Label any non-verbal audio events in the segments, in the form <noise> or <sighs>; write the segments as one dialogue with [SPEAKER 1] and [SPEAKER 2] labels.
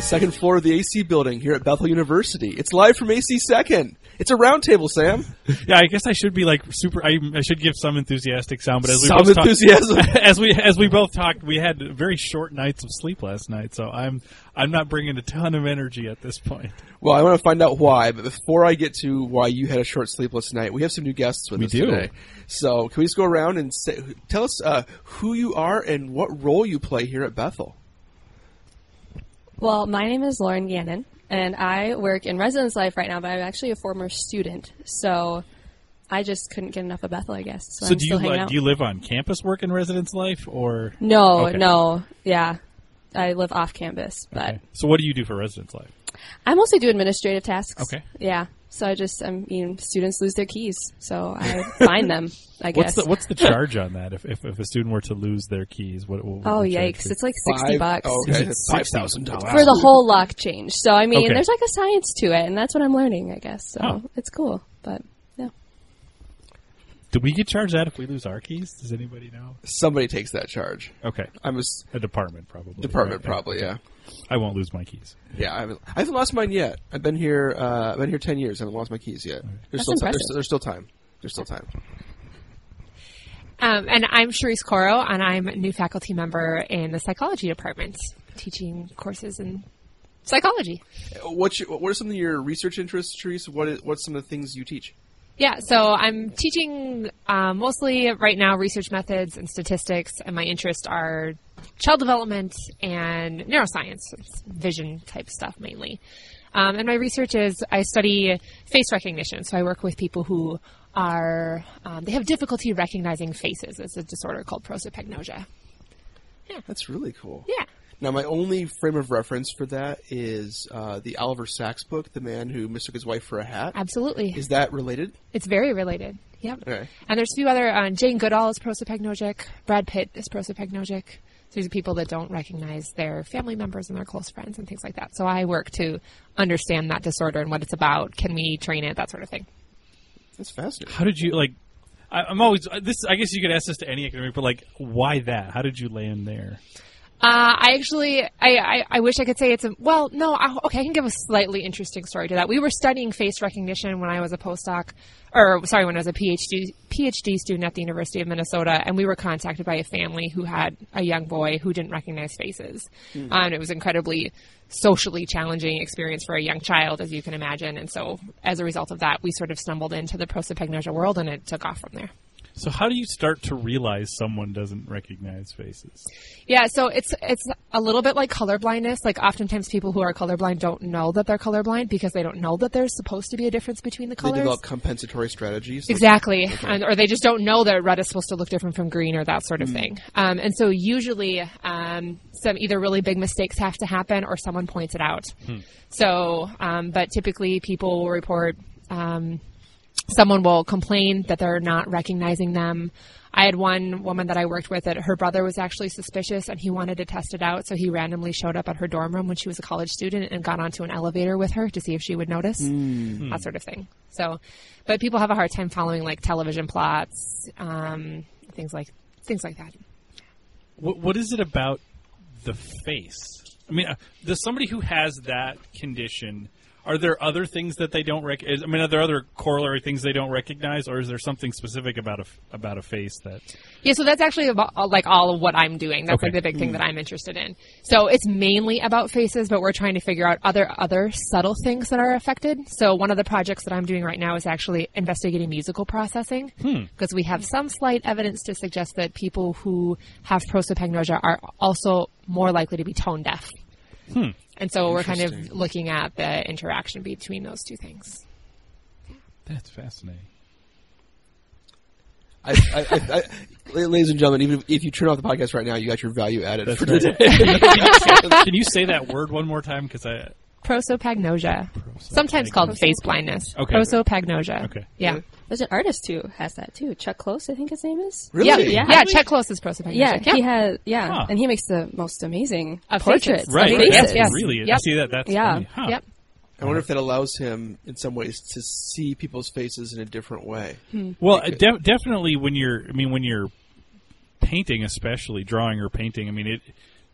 [SPEAKER 1] second floor of the AC building here at Bethel University. It's live from AC Second. It's a roundtable, Sam.
[SPEAKER 2] Yeah, I guess I should be like super. I, I should give some enthusiastic sound, but as we
[SPEAKER 1] Some
[SPEAKER 2] both talked-
[SPEAKER 1] enthusiasm.
[SPEAKER 2] <laughs> as we as we both talked, we had very short nights of sleep last night, so I'm I'm not bringing a ton of energy at this point.
[SPEAKER 1] Well, I want to find out why, but before I get to why you had a short sleepless night, we have some new guests with
[SPEAKER 2] We
[SPEAKER 1] us
[SPEAKER 2] do.
[SPEAKER 1] today. So can we just go around and say, tell us uh, who you are and what role you play here at Bethel?
[SPEAKER 3] Well, my name is Lauren Gannon, and I work in residence life right now, but I'm actually a former student. So I just couldn't get enough of Bethel, I guess. So,
[SPEAKER 2] so
[SPEAKER 3] I'm
[SPEAKER 2] do you
[SPEAKER 3] still hanging
[SPEAKER 2] like
[SPEAKER 3] out.
[SPEAKER 2] do you live on campus, work in residence life, or
[SPEAKER 3] no,
[SPEAKER 2] Okay.
[SPEAKER 3] no. Yeah. I live off campus, but
[SPEAKER 2] Okay. so? What do you do for residence life?
[SPEAKER 3] I mostly do administrative tasks.
[SPEAKER 2] Okay.
[SPEAKER 3] Yeah. So I just, I mean, students lose their keys, so
[SPEAKER 2] <laughs>
[SPEAKER 3] I find them, I
[SPEAKER 2] What's
[SPEAKER 3] guess.
[SPEAKER 2] the what's the charge on that? If, if if a student were to lose their keys, what? what would
[SPEAKER 3] oh,
[SPEAKER 2] the charge
[SPEAKER 3] yikes.
[SPEAKER 2] be?
[SPEAKER 3] It's like 60
[SPEAKER 1] Five- Oh,
[SPEAKER 3] bucks.
[SPEAKER 1] Okay,
[SPEAKER 2] Is it
[SPEAKER 1] five thousand dollars
[SPEAKER 3] For the whole lock change. So, I mean,
[SPEAKER 2] Okay.
[SPEAKER 3] there's like a science to it, and that's what I'm learning, I guess. So,
[SPEAKER 2] Oh.
[SPEAKER 3] it's cool. But, yeah.
[SPEAKER 2] do we get charged that if we lose our keys? Does anybody know?
[SPEAKER 1] Somebody takes that charge.
[SPEAKER 2] Okay,
[SPEAKER 1] I'm a s-
[SPEAKER 2] a department probably.
[SPEAKER 1] department,
[SPEAKER 2] right?
[SPEAKER 1] probably. Yeah,
[SPEAKER 2] I won't lose my keys.
[SPEAKER 1] yeah. I haven't, I haven't lost mine yet. I've been here. Uh, I've been here ten years. I haven't lost my keys yet. There's
[SPEAKER 3] That's
[SPEAKER 1] still time.
[SPEAKER 3] impressive.
[SPEAKER 1] There's, there's still time. There's still time.
[SPEAKER 4] Um, and I'm Cherise Coro, and I'm a new faculty member in the psychology department, teaching courses in psychology.
[SPEAKER 1] What's your, what are some of your research interests, Therese? What is, what's some of the things you teach?
[SPEAKER 4] Yeah, so I'm teaching um, mostly right now research methods and statistics, and my interests are child development and neuroscience, it's vision type stuff mainly. Um, and my research is I study face recognition, so I work with people who are um, they have difficulty recognizing faces. It's a disorder called prosopagnosia.
[SPEAKER 1] That's really cool.
[SPEAKER 4] Yeah.
[SPEAKER 1] Now, my only frame of reference for that is uh, the Oliver Sacks book, "The Man Who Mistook His Wife for a Hat."
[SPEAKER 4] Absolutely.
[SPEAKER 1] Is that related?
[SPEAKER 4] It's very related. Yep.
[SPEAKER 1] Okay.
[SPEAKER 4] And there's a few other. Um, Jane Goodall is prosopagnogic. Brad Pitt is prosopagnogic. So these are people that don't recognize their family members and their close friends and things like that. So I work to understand that disorder and what it's about. Can we train it? That sort of thing.
[SPEAKER 1] That's fascinating.
[SPEAKER 2] How did you like? I, I'm always uh, this. I guess you could ask this to any academic, but like, why that? How did you land there?
[SPEAKER 4] Uh, I actually, I, I, I wish I could say it's a, well, no, I, okay, I can give a slightly interesting story to that. We were studying face recognition when I was a postdoc, or sorry, when I was a PhD, PhD student at the University of Minnesota, and we were contacted by a family who had a young boy who didn't recognize faces. Um, and it was incredibly socially challenging experience for a young child, as you can imagine. And so as a result of that, we sort of stumbled into the prosopagnosia world and it took off from there.
[SPEAKER 2] So how do you start to realize someone doesn't recognize faces?
[SPEAKER 4] Yeah, so it's it's a little bit like color blindness. Like oftentimes people who are colorblind don't know that they're colorblind because they don't know that there's supposed to be a difference between the
[SPEAKER 1] They
[SPEAKER 4] colors.
[SPEAKER 1] develop compensatory strategies.
[SPEAKER 4] Exactly. And, or they just don't know that red is supposed to look different from green or that sort of thing. Um, and so usually um, some either really big mistakes have to happen or someone points it out. So, um, but typically people will report um, someone will complain that they're not recognizing them. I had one woman that I worked with that her brother was actually suspicious and he wanted to test it out, so he randomly showed up at her dorm room when she was a college student and got onto an elevator with her to see if she would notice, that sort of thing. So, but people have a hard time following like television plots, um, things like things like that.
[SPEAKER 2] What What is it about the face? I mean, uh, does somebody who has that condition? Are there other things that they don't recognize? I mean, are there other corollary things they don't recognize, or is there something specific about a f- about a face that?
[SPEAKER 4] Yeah, so that's actually about, uh, like all of what I'm doing. That's
[SPEAKER 2] Okay. Mm.
[SPEAKER 4] like the big thing that I'm interested in. So it's mainly about faces, but we're trying to figure out other other subtle things that are affected. So one of the projects that I'm doing right now is actually investigating musical processing
[SPEAKER 2] Hmm.
[SPEAKER 4] because we have some slight evidence to suggest that people who have prosopagnosia are also more likely to be tone deaf.
[SPEAKER 2] Hmm.
[SPEAKER 4] And so we're kind of
[SPEAKER 1] Interesting.
[SPEAKER 4] looking at the interaction between those two things.
[SPEAKER 2] That's fascinating.
[SPEAKER 1] I, I, I, <laughs> I, ladies and gentlemen, even if- if you turn off the podcast right now, you got your value added for
[SPEAKER 2] right.
[SPEAKER 1] today. <laughs>
[SPEAKER 2] Can you say that word one more time? Because I
[SPEAKER 4] Prosopagnosia, sometimes called face blindness.
[SPEAKER 2] Okay.
[SPEAKER 4] Prosopagnosia.
[SPEAKER 2] Okay.
[SPEAKER 4] Yeah.
[SPEAKER 3] There's an artist who has that too. Chuck Close, I think his name is.
[SPEAKER 1] Really?
[SPEAKER 4] Yeah, yeah. Check close is prosopagnosia.
[SPEAKER 3] Yeah, he has. Yeah,
[SPEAKER 2] Huh.
[SPEAKER 3] and he makes the most amazing
[SPEAKER 4] Of
[SPEAKER 3] portraits.
[SPEAKER 4] faces.
[SPEAKER 3] of
[SPEAKER 2] Right.
[SPEAKER 3] faces.
[SPEAKER 2] That's
[SPEAKER 4] yes.
[SPEAKER 2] really. I
[SPEAKER 4] Yep.
[SPEAKER 2] see that. That's
[SPEAKER 3] Yeah.
[SPEAKER 2] funny. Huh.
[SPEAKER 4] Yep.
[SPEAKER 1] I wonder if that allows him, in some ways, to see people's faces in a different way.
[SPEAKER 4] Hmm.
[SPEAKER 2] Well, uh, de- definitely when you're. I mean, when you're painting, especially drawing or painting. I mean, it.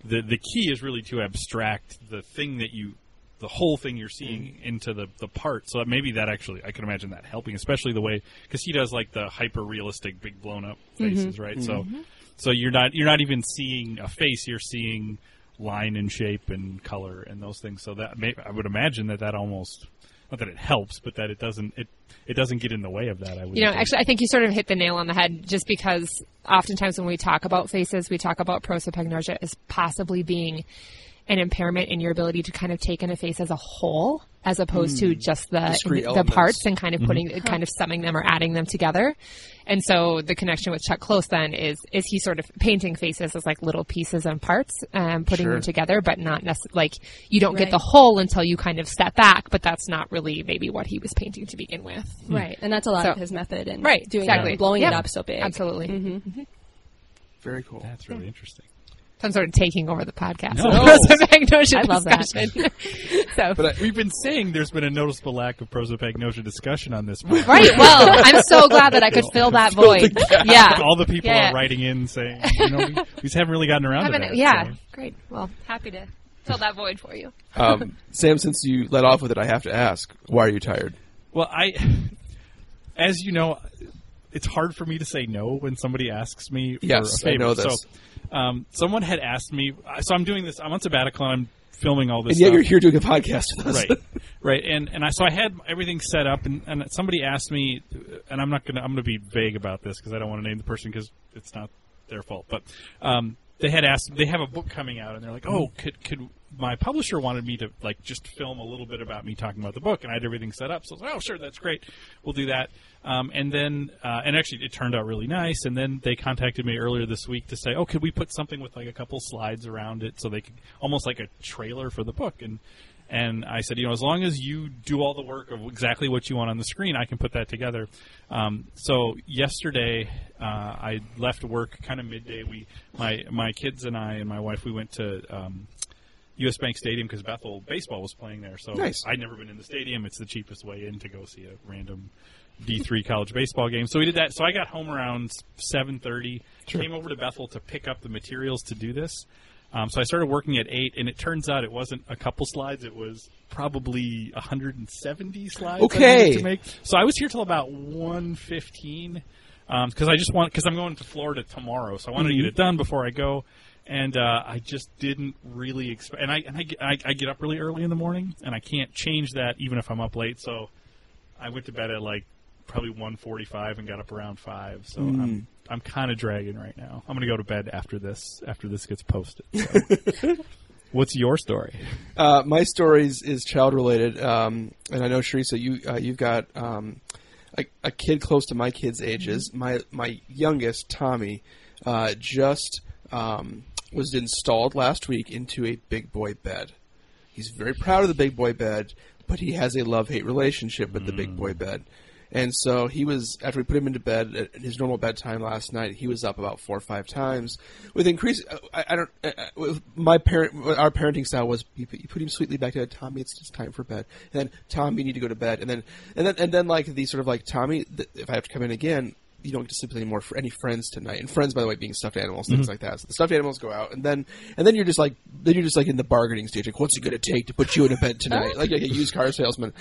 [SPEAKER 2] the the key is really to abstract the thing that you the whole thing you're seeing
[SPEAKER 4] Mm-hmm.
[SPEAKER 2] into the the part. So maybe that actually I can imagine that helping, especially the way because he does like the hyper realistic big blown up
[SPEAKER 4] Mm-hmm.
[SPEAKER 2] faces, right? So so you're not you're not even seeing a face, you're seeing line and shape and color and those things. So that may, I would imagine that that almost not that it helps, but that it doesn't it it doesn't get in the way of that. I would
[SPEAKER 4] You know,
[SPEAKER 2] think.
[SPEAKER 4] actually, I think you sort of hit the nail on the head just because oftentimes when we talk about faces, we talk about prosopagnosia as possibly being an impairment in your ability to kind of take in a face as a whole as opposed to just the,
[SPEAKER 1] Hmm. Discrete
[SPEAKER 4] the
[SPEAKER 1] elements. Mm-hmm.
[SPEAKER 4] parts and kind of putting, kind of summing them or adding them together. And so the connection with Chuck Close then is, is he sort of painting faces as like little pieces and parts, um, putting
[SPEAKER 1] Sure.
[SPEAKER 4] them together, but not necessarily, like you don't get
[SPEAKER 3] Right.
[SPEAKER 4] the whole until you kind of step back, but that's not really maybe what he was painting to begin with.
[SPEAKER 1] Hmm.
[SPEAKER 3] Right, and that's a lot
[SPEAKER 4] So-
[SPEAKER 3] of his method and
[SPEAKER 4] Right,
[SPEAKER 3] doing
[SPEAKER 4] exactly.
[SPEAKER 3] it, blowing it
[SPEAKER 4] Yeah.
[SPEAKER 3] up so big.
[SPEAKER 4] Absolutely.
[SPEAKER 3] Mm-hmm.
[SPEAKER 1] Very cool.
[SPEAKER 2] that's really interesting.
[SPEAKER 4] some sort of taking over the podcast. <laughs>
[SPEAKER 2] No.
[SPEAKER 4] I
[SPEAKER 3] I love that. <laughs>
[SPEAKER 4] so,
[SPEAKER 2] But I, we've been saying there's been a noticeable lack of prosopagnosia discussion on this.
[SPEAKER 1] <laughs>
[SPEAKER 2] podcast.
[SPEAKER 4] right. Well, I'm
[SPEAKER 3] <laughs>
[SPEAKER 4] so glad that I could fill that void. Yeah.
[SPEAKER 2] All the people
[SPEAKER 4] Yeah.
[SPEAKER 2] are writing in saying, you know, we, we just haven't really gotten around to
[SPEAKER 4] Haven't-
[SPEAKER 2] that.
[SPEAKER 4] yeah.
[SPEAKER 2] so.
[SPEAKER 4] Great. Well, happy to fill that void for you.
[SPEAKER 1] Um, Sam, since you let off with it, I have to ask: Why are you tired?
[SPEAKER 2] Well, I, as you know, it's hard for me to say no when somebody asks me for
[SPEAKER 1] Yes,
[SPEAKER 2] a favor.
[SPEAKER 1] I know this.
[SPEAKER 2] So, um, someone had asked me, I- so I'm doing this. I'm on sabbatical. and I'm filming all this.
[SPEAKER 1] And yet
[SPEAKER 2] stuff.
[SPEAKER 1] you're here doing a podcast with us.
[SPEAKER 2] right right and and i so i had everything set up and, and somebody asked me and i'm not gonna i'm gonna be vague about this because i don't want to name the person because it's not their fault but um they had asked they have a book coming out and they're like oh could could my publisher wanted me to like just film a little bit about me talking about the book and i had everything set up so i was like oh sure that's great we'll do that um, and then uh, and actually it turned out really nice and then they contacted me earlier this week to say oh could we put something with like a couple slides around it so they could almost like a trailer for the book and and I said, you know, as long as you do all the work of exactly what you want on the screen, I can put that together. Um, so yesterday, uh, I left work kind of midday. We, my my kids and I and my wife, we went to um, U.S. Bank Stadium because Bethel baseball was playing there. So
[SPEAKER 1] Nice.
[SPEAKER 2] I'd never been in the stadium. It's the cheapest way in to go see a random D3 college baseball game. So we did that. So I got home around 7:30. Came over to Bethel to pick up the materials to do this. Um, so I started working at eight, and it turns out it wasn't a couple slides; it was probably 170 slides. I
[SPEAKER 1] Okay.
[SPEAKER 2] needed to make. So I was here till about 115 because I just want because I'm going to Florida tomorrow, so I wanted to get it done before I go. And uh, I just didn't really expect, and I and I, get- I I get up really early in the morning, and I can't change that even if I'm up late. So I went to bed at like probably 1:45 and got up around five. So I'm I'm kind of dragging right now. I'm gonna go to bed after this after this gets posted. So. What's your story?
[SPEAKER 1] Uh, my stories is child related, um, and I know Sharisa, you uh, you've got um, a, a kid close to my kids' ages. My my youngest Tommy uh, just um, was installed last week into a big boy bed. He's very proud of the big boy bed, but he has a love hate relationship with the big boy bed. And so he was after we put him into bed at his normal bedtime last night. He was up about four or five times. With increase, uh, I, I don't. I, I- with my parent, our parenting style was you put, you put him sweetly back to bed. Tommy, it's just time for bed. And then Tommy, you need to go to bed. And then and then and then like the sort of like Tommy, th- if I have to come in again, you don't get to sleep with any more fr- any friends tonight. And friends, by the way, being stuffed animals, things like that. So the stuffed animals go out, and then and then you're just like then you're just like in the bargaining stage. Like, what's it going to take to put you in a bed tonight? like, like a used car salesman.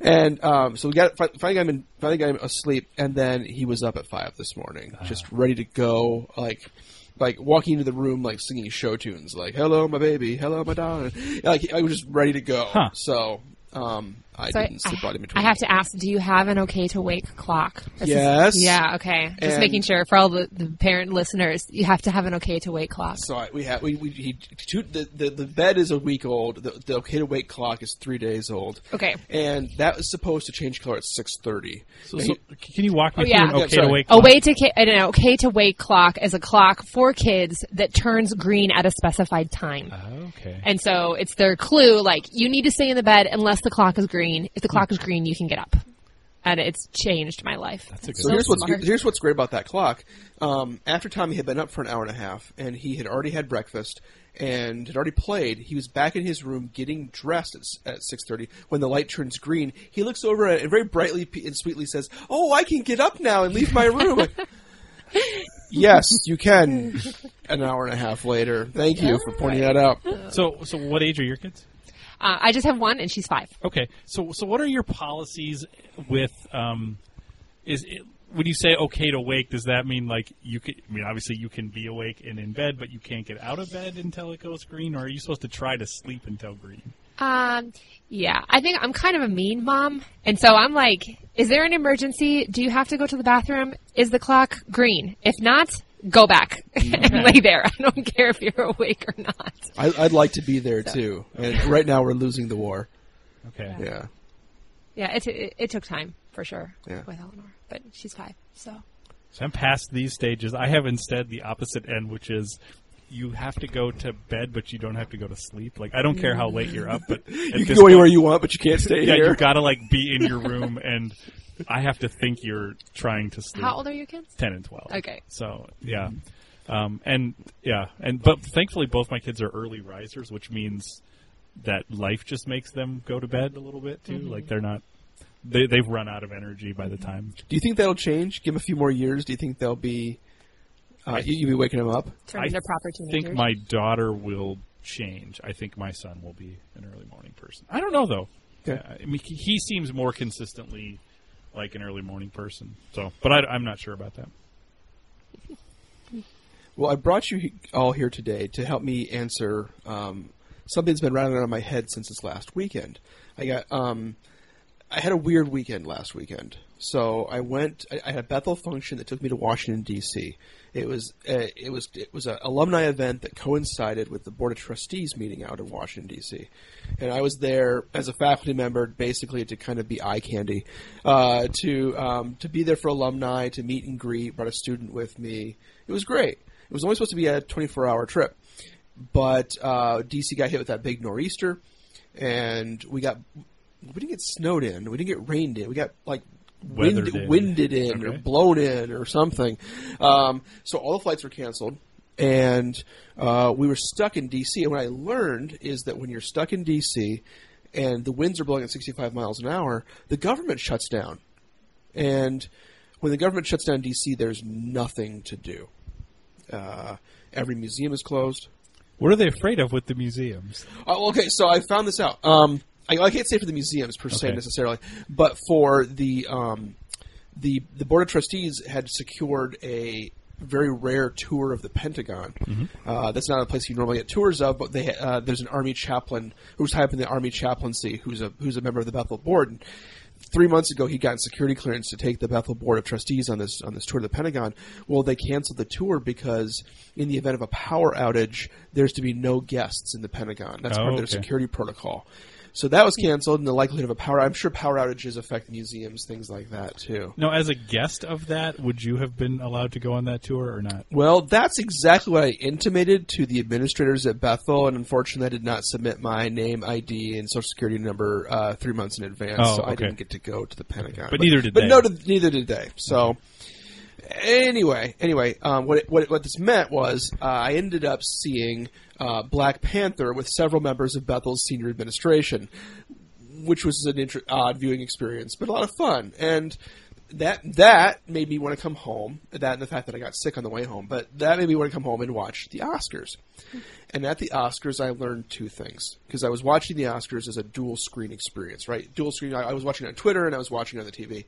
[SPEAKER 1] And um, so we got fi- finally got him in, finally got him asleep, and then he was up at five this morning, just ready to go. Like like walking into the room like singing show tunes, like "Hello, my baby," "Hello, my darling." Like I was just ready to go. So um, I
[SPEAKER 4] So
[SPEAKER 1] didn't sleep out in
[SPEAKER 4] I
[SPEAKER 1] between.
[SPEAKER 4] have to ask, do you have an okay to wake clock? This is-
[SPEAKER 1] Yes.
[SPEAKER 4] yeah, okay. Just
[SPEAKER 1] And-
[SPEAKER 4] making sure for all the, the parent listeners, you have to have an okay to wake clock.
[SPEAKER 1] So I, we have we, we he, two, the, the the bed is a week old. The, the okay to wake clock is three days old.
[SPEAKER 4] Okay.
[SPEAKER 1] and that was supposed to change color at six thirty.
[SPEAKER 2] So, so can you walk me
[SPEAKER 4] Oh, yeah.
[SPEAKER 2] through
[SPEAKER 4] Yeah,
[SPEAKER 2] an okay
[SPEAKER 1] sorry.
[SPEAKER 2] to wake?
[SPEAKER 4] A way to ki- an okay to wake clock is a clock for kids that turns green at a specified time.
[SPEAKER 2] Okay.
[SPEAKER 4] And so it's their clue, like, you need to stay in the bed unless the clock is green. If the clock
[SPEAKER 2] Hmm.
[SPEAKER 4] is green, you can get up. And it's changed my life. That's
[SPEAKER 2] a good
[SPEAKER 1] So here's what's here's what's great about that clock. Um, after Tommy had been up for an hour and a half, and he had already had breakfast and had already played, he was back in his room getting dressed at, s- at six thirty. When the light turns green, he looks over and very brightly p- and sweetly says, "Oh, I can get up now and leave my room." yes, you can. an hour and a half later. Thank you for pointing that out.
[SPEAKER 2] So, so what age are your kids?
[SPEAKER 4] Uh, I just have one, and she's five.
[SPEAKER 2] Okay. So, so what are your policies with? Um, is it, when you say okay to wake, does that mean like you can? I mean, obviously you can be awake and in bed, but you can't get out of bed until it goes green, or are you supposed to try to sleep until green?
[SPEAKER 4] Um, yeah, I think I'm kind of a mean mom, and so I'm like, is there an emergency? Do you have to go to the bathroom? Is the clock green? If not, go back <laughs>
[SPEAKER 2] Mm-hmm.
[SPEAKER 4] and lay there. I don't care if you're awake or not.
[SPEAKER 1] I, I'd like to be there too. And right now we're losing the war.
[SPEAKER 2] Okay.
[SPEAKER 1] Yeah.
[SPEAKER 4] Yeah, it it, it took time for sure
[SPEAKER 1] Yeah.
[SPEAKER 4] with Eleanor, but she's five, so.
[SPEAKER 2] So I'm past these stages. I have instead the opposite end, which is you have to go to bed, but you don't have to go to sleep. Like I don't care how late you're up, <laughs> but at
[SPEAKER 1] You can
[SPEAKER 2] this
[SPEAKER 1] go
[SPEAKER 2] point-
[SPEAKER 1] anywhere you want, but you can't stay
[SPEAKER 2] yeah,
[SPEAKER 1] here.
[SPEAKER 2] you gotta like be in your room, <laughs> and I have to think you're trying to sleep.
[SPEAKER 4] How old are your kids?
[SPEAKER 2] Ten and twelve.
[SPEAKER 4] Okay.
[SPEAKER 2] So yeah, um, and yeah, and but thankfully both my kids are early risers, which means that life just makes them go to bed a little bit too.
[SPEAKER 4] Mm-hmm.
[SPEAKER 2] Like they're not. They, they've run out of energy by the time.
[SPEAKER 1] Do you think that'll change? Give them a few more years. Do you think they'll be? Uh, you, you'll be waking them up.
[SPEAKER 4] Turn
[SPEAKER 2] I
[SPEAKER 4] into proper teenagers.
[SPEAKER 2] think my daughter will change. I think my son will be an early morning person. I don't know though.
[SPEAKER 1] Okay.
[SPEAKER 2] Uh, I mean, he- he seems more consistently like an early morning person. So, but I, am not sure about that.
[SPEAKER 1] Well, I brought you he- all here today to help me answer um, something that's been rattling around in my head since this last weekend. I got um, I had a weird weekend last weekend. So I went. I, I had a Bethel function that took me to Washington D.C. It was uh, it was it was an alumni event that coincided with the Board of Trustees meeting out in Washington D.C. And I was there as a faculty member, basically to kind of be eye candy, uh, to um, to be there for alumni, to meet and greet. Brought a student with me. It was great. It was only supposed to be a 24 hour trip, but uh, DC got hit with that big nor'easter, and we got we didn't get snowed in, we didn't get rained in, we got like wind,
[SPEAKER 2] Weathered in.
[SPEAKER 1] winded in or
[SPEAKER 2] Okay.
[SPEAKER 1] blown in or something. Um, so all the flights were canceled, and uh, we were stuck in DC. And what I learned is that when you're stuck in DC and the winds are blowing at 65 miles an hour, the government shuts down. And when the government shuts down DC, there's nothing to do. Uh, every museum is closed.
[SPEAKER 2] What are they afraid of with the museums?
[SPEAKER 1] Oh, okay, so I found this out. Um, I, I can't say for the museums per se
[SPEAKER 2] Okay.
[SPEAKER 1] necessarily, but for the um, the the board of trustees had secured a very rare tour of the Pentagon. Uh, that's not a place you normally get tours of, but they uh, there's an army chaplain who's high up in the army chaplaincy who's a who's a member of the Bethel board. And three months ago, he got security clearance to take the Bethel board of trustees on this on this tour to the Pentagon. Well, they canceled the tour because in the event of a power outage, there's to be no guests in the Pentagon. That's
[SPEAKER 2] Oh,
[SPEAKER 1] part of their
[SPEAKER 2] okay.
[SPEAKER 1] security security protocol. So that was canceled, and the likelihood of a power. I'm sure power outages affect museums, things like that too.
[SPEAKER 2] Now, as a guest of that, would you have been allowed to go on that tour or not?
[SPEAKER 1] Well, that's exactly what I intimated to the administrators at Bethel, and unfortunately, I did not submit my name, ID, and social security number uh, three months in advance,
[SPEAKER 2] Oh,
[SPEAKER 1] so I
[SPEAKER 2] okay.
[SPEAKER 1] didn't get to go to the Pentagon.
[SPEAKER 2] But neither did
[SPEAKER 1] but
[SPEAKER 2] they.
[SPEAKER 1] no, did- neither did they. So anyway, anyway, um, what it, what it, what this meant was uh, I ended up seeing uh, Black Panther with several members of Bethel's senior administration. which was an inter- odd viewing experience, but a lot of fun. And that that made me want to come home. That and the fact that I got sick on the way home, but that made me want to come home and watch the Oscars. And at the Oscars, I learned two things because I was watching the Oscars as a dual screen experience, right? Dual screen. I, I was watching it on Twitter and I was watching it on the TV,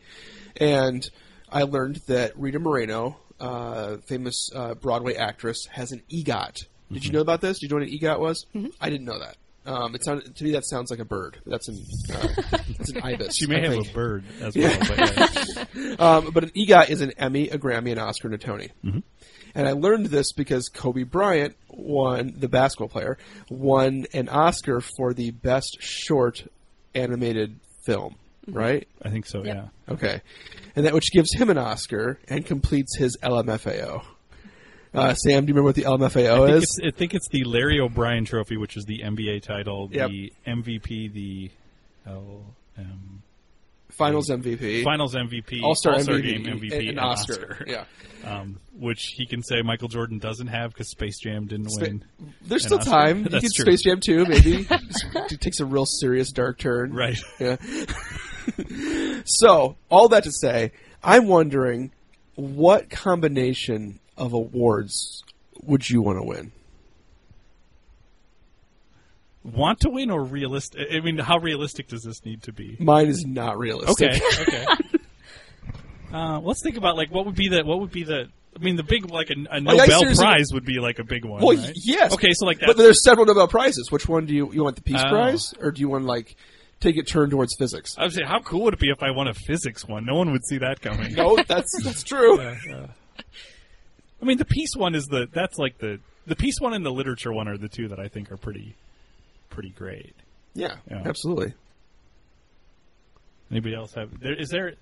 [SPEAKER 1] and I learned that Rita Moreno, uh, famous uh, Broadway actress, has an EGOT. Did
[SPEAKER 2] Mm-hmm.
[SPEAKER 1] you know about this? Did you know what an EGOT was? I didn't know that. Um, it sounded, to me that sounds like a bird. That's an
[SPEAKER 2] <laughs>
[SPEAKER 1] uh, that's an ibis.
[SPEAKER 2] She may
[SPEAKER 1] I
[SPEAKER 2] have
[SPEAKER 1] think.
[SPEAKER 2] a bird
[SPEAKER 1] <laughs>
[SPEAKER 2] as well. But, yeah.
[SPEAKER 1] Um, but an EGOT is an Emmy, a Grammy, an Oscar, and a Tony.
[SPEAKER 2] Mm-hmm.
[SPEAKER 1] And I learned this because Kobe Bryant won the basketball player won an Oscar for the best short animated film, right?
[SPEAKER 2] I think so. Yeah.
[SPEAKER 1] Okay, and that which gives him an Oscar and completes his LMFAO. Uh, Sam, do you remember what the LMFAO
[SPEAKER 2] I think,
[SPEAKER 1] is?
[SPEAKER 2] it's, I think it's the Larry O'Brien Trophy, which is the NBA title, the
[SPEAKER 1] Yep.
[SPEAKER 2] MVP, the L M
[SPEAKER 1] Finals MVP,
[SPEAKER 2] Finals MVP,
[SPEAKER 1] All Star
[SPEAKER 2] Game
[SPEAKER 1] MVP,
[SPEAKER 2] MVP,
[SPEAKER 1] and, and Oscar. Yeah,
[SPEAKER 2] um, which he can say Michael Jordan doesn't have because Space Jam didn't
[SPEAKER 1] Spa-
[SPEAKER 2] win.
[SPEAKER 1] There's still
[SPEAKER 2] And Oscar. <laughs>
[SPEAKER 1] time. You
[SPEAKER 2] That's
[SPEAKER 1] can
[SPEAKER 2] true.
[SPEAKER 1] Space Jam too,
[SPEAKER 2] <laughs>
[SPEAKER 1] maybe. it takes a real serious dark turn.
[SPEAKER 2] Right. <laughs>
[SPEAKER 1] Yeah. so, all that to say, I'm wondering what combination of awards would you want to win?
[SPEAKER 2] Want to win or realist? I mean, how realistic does this need to be?
[SPEAKER 1] Mine is not realistic.
[SPEAKER 2] Okay. okay. <laughs> Uh, let's think about like what would be the what would be the I mean the big like a, a
[SPEAKER 1] Like, I
[SPEAKER 2] Nobel
[SPEAKER 1] seriously-
[SPEAKER 2] Prize would be like a big one.
[SPEAKER 1] <laughs> Well,
[SPEAKER 2] right?
[SPEAKER 1] yes.
[SPEAKER 2] Okay, so like
[SPEAKER 1] But
[SPEAKER 2] that.
[SPEAKER 1] there's several Nobel prizes. Which one do you you want the Peace
[SPEAKER 2] Oh.
[SPEAKER 1] Prize or do you want like take it turned towards physics?
[SPEAKER 2] I would say, how cool would it be if I won a physics one? No one would see that
[SPEAKER 1] <laughs>
[SPEAKER 2] coming. <laughs>
[SPEAKER 1] no, that's that's true.
[SPEAKER 2] I mean, the peace one is the that's like the the peace one and the literature one are the two that I think are pretty pretty great.
[SPEAKER 1] Yeah,
[SPEAKER 2] Yeah.
[SPEAKER 1] absolutely.
[SPEAKER 2] Anybody else have? There, is there?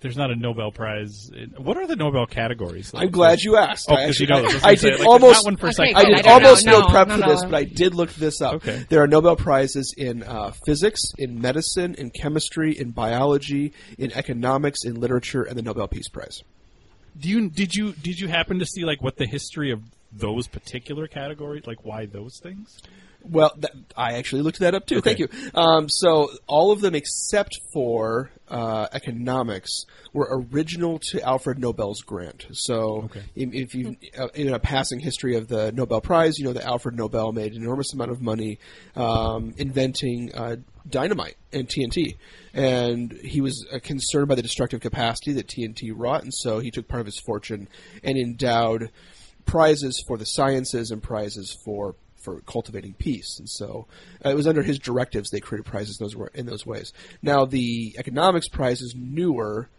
[SPEAKER 2] There's not a Nobel Prize. in- What are the Nobel categories?
[SPEAKER 1] I'm glad you asked.
[SPEAKER 2] Oh,
[SPEAKER 1] I
[SPEAKER 2] because you
[SPEAKER 1] actually-
[SPEAKER 2] know this.
[SPEAKER 1] I
[SPEAKER 2] was gonna
[SPEAKER 1] did
[SPEAKER 2] say, like,
[SPEAKER 1] almost.
[SPEAKER 2] that one for
[SPEAKER 4] Okay,
[SPEAKER 1] I
[SPEAKER 4] good.
[SPEAKER 2] psychology.
[SPEAKER 1] did
[SPEAKER 4] don't
[SPEAKER 1] almost
[SPEAKER 4] know.
[SPEAKER 1] no prep
[SPEAKER 4] No,
[SPEAKER 1] for
[SPEAKER 4] no.
[SPEAKER 1] this, but I did look this up.
[SPEAKER 2] Okay.
[SPEAKER 1] There are Nobel prizes in uh, physics, in medicine, in chemistry, in biology, in economics, in literature, and the Nobel Peace Prize.
[SPEAKER 2] Do you did you did you happen to see like what the history of those particular categories, like why those things?
[SPEAKER 1] Well, that, I actually looked that up too.
[SPEAKER 2] Okay.
[SPEAKER 1] Thank you. Um, so all of them except for uh, economics were original to Alfred Nobel's grant. So
[SPEAKER 2] Okay.
[SPEAKER 1] if, if you uh, in a passing history of the Nobel Prize, you know that Alfred Nobel made an enormous amount of money um, inventing uh, dynamite and TNT, and he was uh, concerned by the destructive capacity that TNT wrought, and so he took part of his fortune and endowed prizes for the sciences and prizes for for cultivating peace. And so uh, it was under his directives they created prizes those were in those ways. Now the economics prize is newer,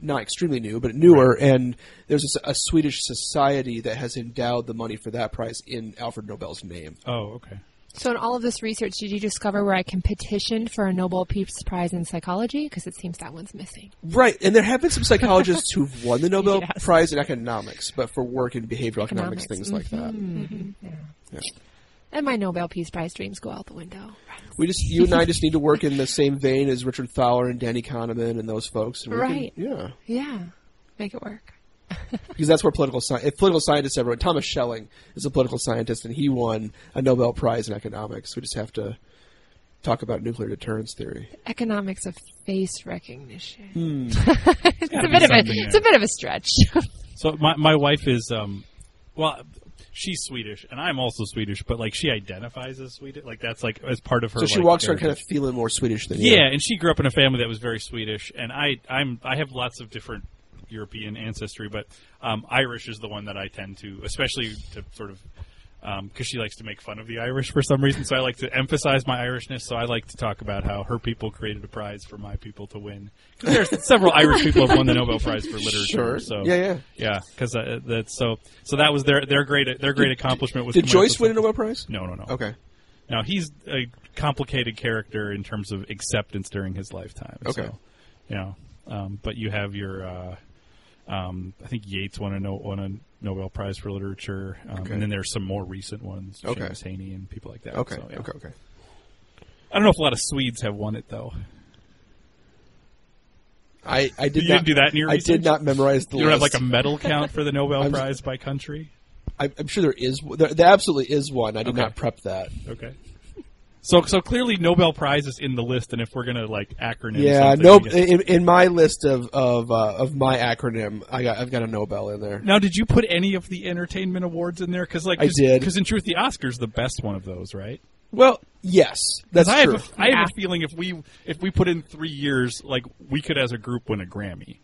[SPEAKER 1] not extremely new, but newer. And there's a s- a, Swedish society that has endowed the money for that prize in Alfred Nobel's name.
[SPEAKER 2] Oh, okay.
[SPEAKER 4] So, in all of this research, did you discover where I can petition for a Nobel Peace Prize in psychology? Because it seems that one's missing.
[SPEAKER 1] Right, and there have been some psychologists who've <laughs> won the Nobel
[SPEAKER 4] Yes.
[SPEAKER 1] Prize in economics, but for work in behavioral economics,
[SPEAKER 4] Economics,
[SPEAKER 1] things like that.
[SPEAKER 4] And my Nobel Peace Prize dreams go out the window.
[SPEAKER 1] We just, you and I, just need to work in the same vein as Richard Fowler and Danny Kahneman and those folks. and we can-
[SPEAKER 4] Right.
[SPEAKER 1] yeah.
[SPEAKER 4] Yeah, make it work.
[SPEAKER 1] because that's where political science. If political scientists everyone, Thomas Schelling is a political scientist, and he won a Nobel Prize in economics. We just have to talk about nuclear deterrence theory.
[SPEAKER 4] Economics of face recognition. <laughs> it's
[SPEAKER 2] Hmm. gotta
[SPEAKER 4] a bit
[SPEAKER 2] be
[SPEAKER 4] of a
[SPEAKER 2] something
[SPEAKER 4] it's
[SPEAKER 2] there.
[SPEAKER 4] a bit of a stretch. <laughs>
[SPEAKER 2] So my my wife is um, well, she's Swedish and I'm also Swedish, but like she identifies as Swedish. Like that's like as part of her.
[SPEAKER 1] So she
[SPEAKER 2] like,
[SPEAKER 1] walks around kind
[SPEAKER 2] heritage.
[SPEAKER 1] of feeling more Swedish than you.
[SPEAKER 2] Yeah, and she grew up in a family that was very Swedish, and I I'm I have lots of different European ancestry, but um, Irish is the one that I tend to, especially to sort of. Because she likes to make fun of the Irish for some reason, so I like to emphasize my Irishness. So I like to talk about how her people created a prize for my people to win. 'Cause there's several Irish people have won the Nobel Prize for literature.
[SPEAKER 1] Sure.
[SPEAKER 2] So
[SPEAKER 1] Yeah, yeah.
[SPEAKER 2] yeah. Because uh, that's so. So that was their their great their great accomplishment was
[SPEAKER 1] Did
[SPEAKER 2] coming up
[SPEAKER 1] Joyce win
[SPEAKER 2] with
[SPEAKER 1] a Nobel Prize?
[SPEAKER 2] No, no, no.
[SPEAKER 1] Okay.
[SPEAKER 2] Now he's a complicated character in terms of acceptance during his lifetime.
[SPEAKER 1] Okay.
[SPEAKER 2] So, you know, um, but you have your, uh, um, I think Yeats won a, no- won a Nobel Prize for literature, um,
[SPEAKER 1] Okay.
[SPEAKER 2] and then there's some more recent ones,
[SPEAKER 1] Okay.
[SPEAKER 2] James Haney and people like that.
[SPEAKER 1] Okay.
[SPEAKER 2] So, yeah.
[SPEAKER 1] Okay. Okay.
[SPEAKER 2] I don't know if a lot of Swedes have won it though.
[SPEAKER 1] I, I did
[SPEAKER 2] You
[SPEAKER 1] not
[SPEAKER 2] didn't do that in your
[SPEAKER 1] I
[SPEAKER 2] research?
[SPEAKER 1] did not memorize the
[SPEAKER 2] You don't have
[SPEAKER 1] list.
[SPEAKER 2] like a medal count for the
[SPEAKER 1] <laughs>
[SPEAKER 2] Nobel
[SPEAKER 1] I'm-
[SPEAKER 2] Prize by country.
[SPEAKER 1] I, I'm sure there is. There, there absolutely is one. I did
[SPEAKER 2] Okay.
[SPEAKER 1] not prep that.
[SPEAKER 2] Okay. So, so clearly Nobel Prize is in the list, and if we're gonna like acronym,
[SPEAKER 1] Yeah.
[SPEAKER 2] something,
[SPEAKER 1] No.
[SPEAKER 2] we-
[SPEAKER 1] In, in my list of of uh, of my acronym, I got I've got a Nobel in there.
[SPEAKER 2] Now, did you put any of the entertainment awards in there? Because like,
[SPEAKER 1] I did.
[SPEAKER 2] Because in truth, the Oscars the best one of those, right?
[SPEAKER 1] Well, yes, that's
[SPEAKER 2] 'Cause I
[SPEAKER 1] true.
[SPEAKER 2] have a, I have a
[SPEAKER 4] Yeah.
[SPEAKER 2] feeling if we if we put in three years, like we could as a group win
[SPEAKER 1] <laughs>
[SPEAKER 2] a Grammy.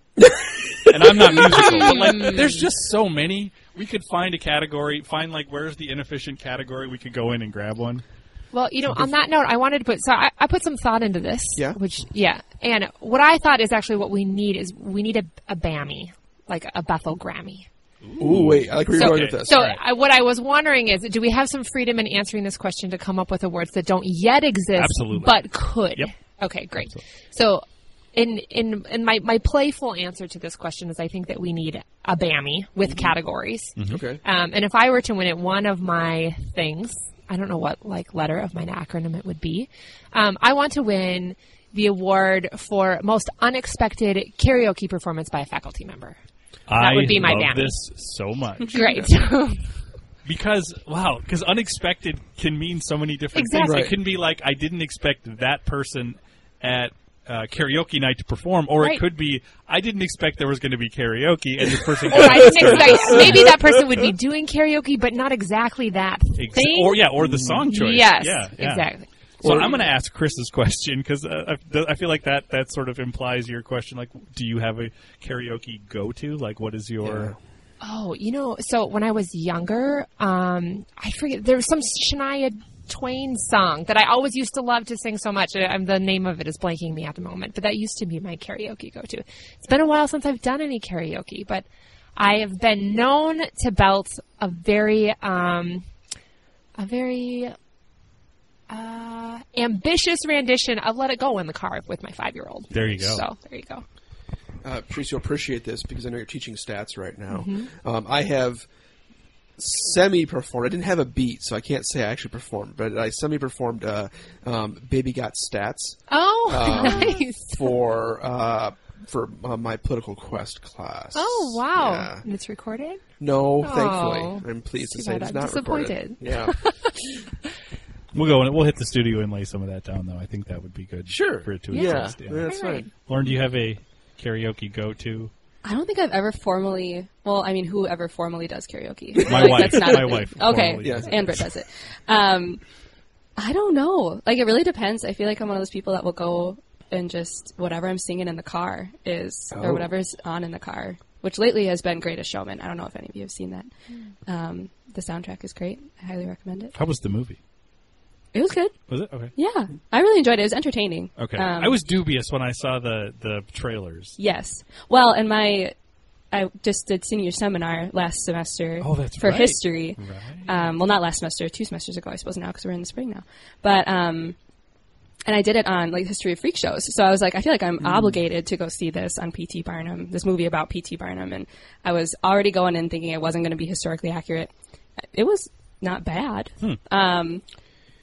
[SPEAKER 2] and I'm not musical, but
[SPEAKER 4] Hmm.
[SPEAKER 2] like, there's just so many. We could find a category, find like where's the inefficient category. We could go in and grab one.
[SPEAKER 4] Well, you know, on that note, I wanted to put so I, I put some thought into this.
[SPEAKER 1] Yeah.
[SPEAKER 4] Which yeah, and what I thought is actually what we need is we need a, a Bammy, like a Bethel Grammy.
[SPEAKER 1] Ooh, wait, I like where you're
[SPEAKER 4] So-
[SPEAKER 1] going with this.
[SPEAKER 4] So
[SPEAKER 2] All right.
[SPEAKER 4] I, what I was wondering is, do we have some freedom in answering this question to come up with awards that don't yet exist,
[SPEAKER 2] Absolutely.
[SPEAKER 4] but could?
[SPEAKER 2] Yep.
[SPEAKER 4] Okay, great. So, in in in my my playful answer to this question is, I think that we need a BAMI with
[SPEAKER 2] Mm-hmm.
[SPEAKER 4] categories.
[SPEAKER 1] okay.
[SPEAKER 4] Um, and if I were to win it, one of my things, I don't know what like letter of my acronym it would be. Um, I want to win the award for most unexpected karaoke performance by a faculty member.
[SPEAKER 2] I
[SPEAKER 4] would be my
[SPEAKER 2] love
[SPEAKER 4] Bammy.
[SPEAKER 2] this so
[SPEAKER 4] <laughs>
[SPEAKER 2] much
[SPEAKER 4] Great.
[SPEAKER 2] because wow, because unexpected can mean so many different things.
[SPEAKER 4] Exactly.
[SPEAKER 2] It can be like I didn't expect that person at uh, karaoke night to perform, or
[SPEAKER 4] Right.
[SPEAKER 2] it could be I didn't expect there was going to be karaoke, and this
[SPEAKER 4] <laughs>
[SPEAKER 2] person
[SPEAKER 4] Or
[SPEAKER 2] <laughs>
[SPEAKER 4] I didn't expect- maybe that person would be doing karaoke, but not exactly that
[SPEAKER 2] Ex-
[SPEAKER 4] thing.
[SPEAKER 2] or yeah, or the song choice.
[SPEAKER 4] Mm-hmm. Yes,
[SPEAKER 2] yeah, yeah.
[SPEAKER 4] exactly.
[SPEAKER 2] So I'm going to ask Chris's question because uh, I, I feel like that that sort of implies your question. Like, do you have a karaoke go to? Like, what is your?
[SPEAKER 4] Oh, you know, so when I was younger, um, I forget there was some Shania Twain song that I always used to love to sing so much. I, am the name of it is blanking me at the moment, but that used to be my karaoke go-to. It's been a while since I've done any karaoke, but I have been known to belt a very, um, a very uh, ambitious rendition of "Let It Go" in the car with my five-year-old.
[SPEAKER 2] There you go.
[SPEAKER 4] So there you go.
[SPEAKER 1] uh, Patrice, you'll appreciate this because I know you're teaching stats right now.
[SPEAKER 4] Mm-hmm.
[SPEAKER 1] Um, I have semi performed. I didn't have a beat, so I can't say I actually performed, but I semi performed uh, um, "Baby Got Stats"
[SPEAKER 4] Oh, <laughs>
[SPEAKER 1] Um,
[SPEAKER 4] nice.
[SPEAKER 1] for uh, for uh, my political quest class.
[SPEAKER 4] Oh wow!
[SPEAKER 1] Yeah.
[SPEAKER 4] And it's recorded.
[SPEAKER 1] No,
[SPEAKER 4] Oh.
[SPEAKER 1] thankfully, I'm pleased to
[SPEAKER 4] Too
[SPEAKER 1] say
[SPEAKER 4] bad
[SPEAKER 1] it's
[SPEAKER 4] I'm
[SPEAKER 1] not recorded.
[SPEAKER 4] disappointed.
[SPEAKER 1] Yeah.
[SPEAKER 2] We'll go and we'll hit the studio and lay some of that down, though. I think that would be good.
[SPEAKER 1] Sure.
[SPEAKER 2] For it to
[SPEAKER 1] Yeah.
[SPEAKER 2] exist,
[SPEAKER 1] Yeah, that's
[SPEAKER 4] All right.
[SPEAKER 1] fine.
[SPEAKER 2] Lauren, do you have a karaoke go to?
[SPEAKER 3] I don't think I've ever formally. Well, I mean, whoever formally does karaoke.
[SPEAKER 2] My
[SPEAKER 3] Like,
[SPEAKER 2] wife.
[SPEAKER 3] That's not a
[SPEAKER 2] My
[SPEAKER 3] thing.
[SPEAKER 2] wife
[SPEAKER 3] Okay.
[SPEAKER 2] formally
[SPEAKER 1] does it.
[SPEAKER 3] And Britt does it. Um, I don't know. Like, it really depends. I feel like I'm one of those people that will go and just whatever I'm singing in the car is,
[SPEAKER 1] Oh.
[SPEAKER 3] or whatever's on in the car, which lately has been Greatest Showman. I don't know if any of you have seen that. Um, the soundtrack is great. I highly recommend it.
[SPEAKER 2] How was the movie?
[SPEAKER 3] It was good.
[SPEAKER 2] Was it okay?
[SPEAKER 3] Yeah, I really enjoyed it. It was entertaining.
[SPEAKER 2] Okay.
[SPEAKER 3] Um,
[SPEAKER 2] I was dubious when I saw the the trailers.
[SPEAKER 3] Yes. Well, and my, I just did senior seminar last semester.
[SPEAKER 2] Oh, that's
[SPEAKER 3] for
[SPEAKER 2] right.
[SPEAKER 3] history.
[SPEAKER 2] Right.
[SPEAKER 3] Um, well, not last semester, two semesters ago, I suppose now because we're in the spring now. But um, and I did it on like history of freak shows. So I was like, I feel like I'm
[SPEAKER 2] Mm.
[SPEAKER 3] obligated to go see this on P.T. Barnum, this movie about P.T. Barnum, and I was already going in thinking it wasn't going to be historically accurate. It was not bad.
[SPEAKER 2] Hmm.
[SPEAKER 3] Um,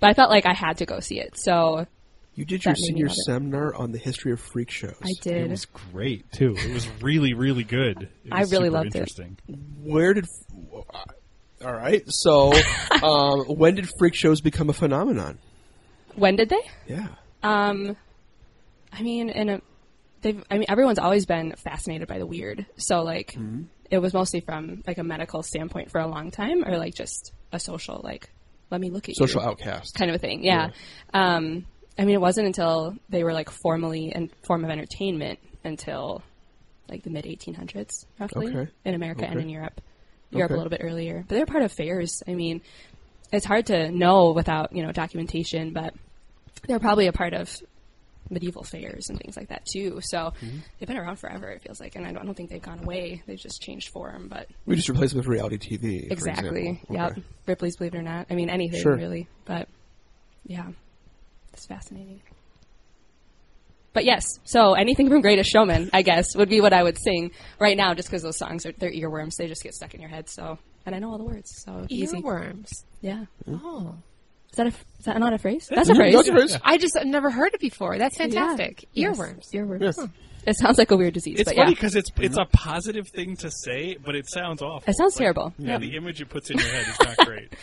[SPEAKER 3] but I felt like I had to go see it. So
[SPEAKER 1] You did your
[SPEAKER 3] That made me
[SPEAKER 1] senior
[SPEAKER 3] love it.
[SPEAKER 1] seminar on the history of freak shows.
[SPEAKER 3] I
[SPEAKER 2] It
[SPEAKER 3] did.
[SPEAKER 2] was great too. It was really, really good. It
[SPEAKER 3] Um, I
[SPEAKER 2] was
[SPEAKER 3] really
[SPEAKER 2] super
[SPEAKER 3] loved it.
[SPEAKER 2] interesting. it.
[SPEAKER 1] Where did? All right.
[SPEAKER 3] <laughs>
[SPEAKER 1] So, um, when did freak shows become a phenomenon?
[SPEAKER 3] when did they?
[SPEAKER 1] Yeah.
[SPEAKER 3] Um, I mean, in a, they've. I mean, everyone's always been fascinated by the weird. So like, it was mostly from like a medical standpoint for a long time, or like just a social like, let me look at
[SPEAKER 1] Social
[SPEAKER 3] you
[SPEAKER 1] outcast.
[SPEAKER 3] kind of a thing. Yeah. Um, I mean, it wasn't until they were like formally in form of entertainment until like the mid 1800s, roughly
[SPEAKER 1] Okay.
[SPEAKER 3] in America and
[SPEAKER 1] Okay.
[SPEAKER 3] in Europe. Europe
[SPEAKER 1] Okay.
[SPEAKER 3] a little bit earlier, but they're part of fairs. I mean, it's hard to know without you know documentation, but they're probably a part of medieval fairs and things like that too. So
[SPEAKER 1] Mm-hmm.
[SPEAKER 3] they've been around forever. It feels like, and I don't, I don't think they've gone away. They've just changed form, but
[SPEAKER 1] We just replaced it with reality TV. for
[SPEAKER 3] exactly.
[SPEAKER 1] example.
[SPEAKER 3] Yep.
[SPEAKER 1] Okay.
[SPEAKER 3] Ripley's Believe It or Not. I mean, anything
[SPEAKER 1] Sure.
[SPEAKER 3] really. But yeah, it's fascinating. But yes, so anything from Greatest Showman, I guess, would be what I would sing right now, just because those songs are they're earworms. They just get stuck in your head. So, and I know all the words. So easy.
[SPEAKER 4] Earworms.
[SPEAKER 3] Yeah.
[SPEAKER 4] Oh,
[SPEAKER 3] Is that a, is that not
[SPEAKER 1] <laughs>
[SPEAKER 3] a phrase? That's a phrase.
[SPEAKER 1] That's
[SPEAKER 2] <laughs>
[SPEAKER 1] right.
[SPEAKER 4] I just I've never heard it before. That's fantastic.
[SPEAKER 3] Yeah. Yes,
[SPEAKER 4] Earworms.
[SPEAKER 3] Earworms.
[SPEAKER 1] Yes.
[SPEAKER 3] It sounds like a weird disease,
[SPEAKER 2] It's
[SPEAKER 3] but
[SPEAKER 2] funny
[SPEAKER 3] yeah,
[SPEAKER 2] because it's it's a positive thing to say, but it sounds awful.
[SPEAKER 3] it sounds
[SPEAKER 2] Like,
[SPEAKER 3] terrible.
[SPEAKER 2] Yeah, the image it puts in your head is
[SPEAKER 3] <laughs>
[SPEAKER 2] not great.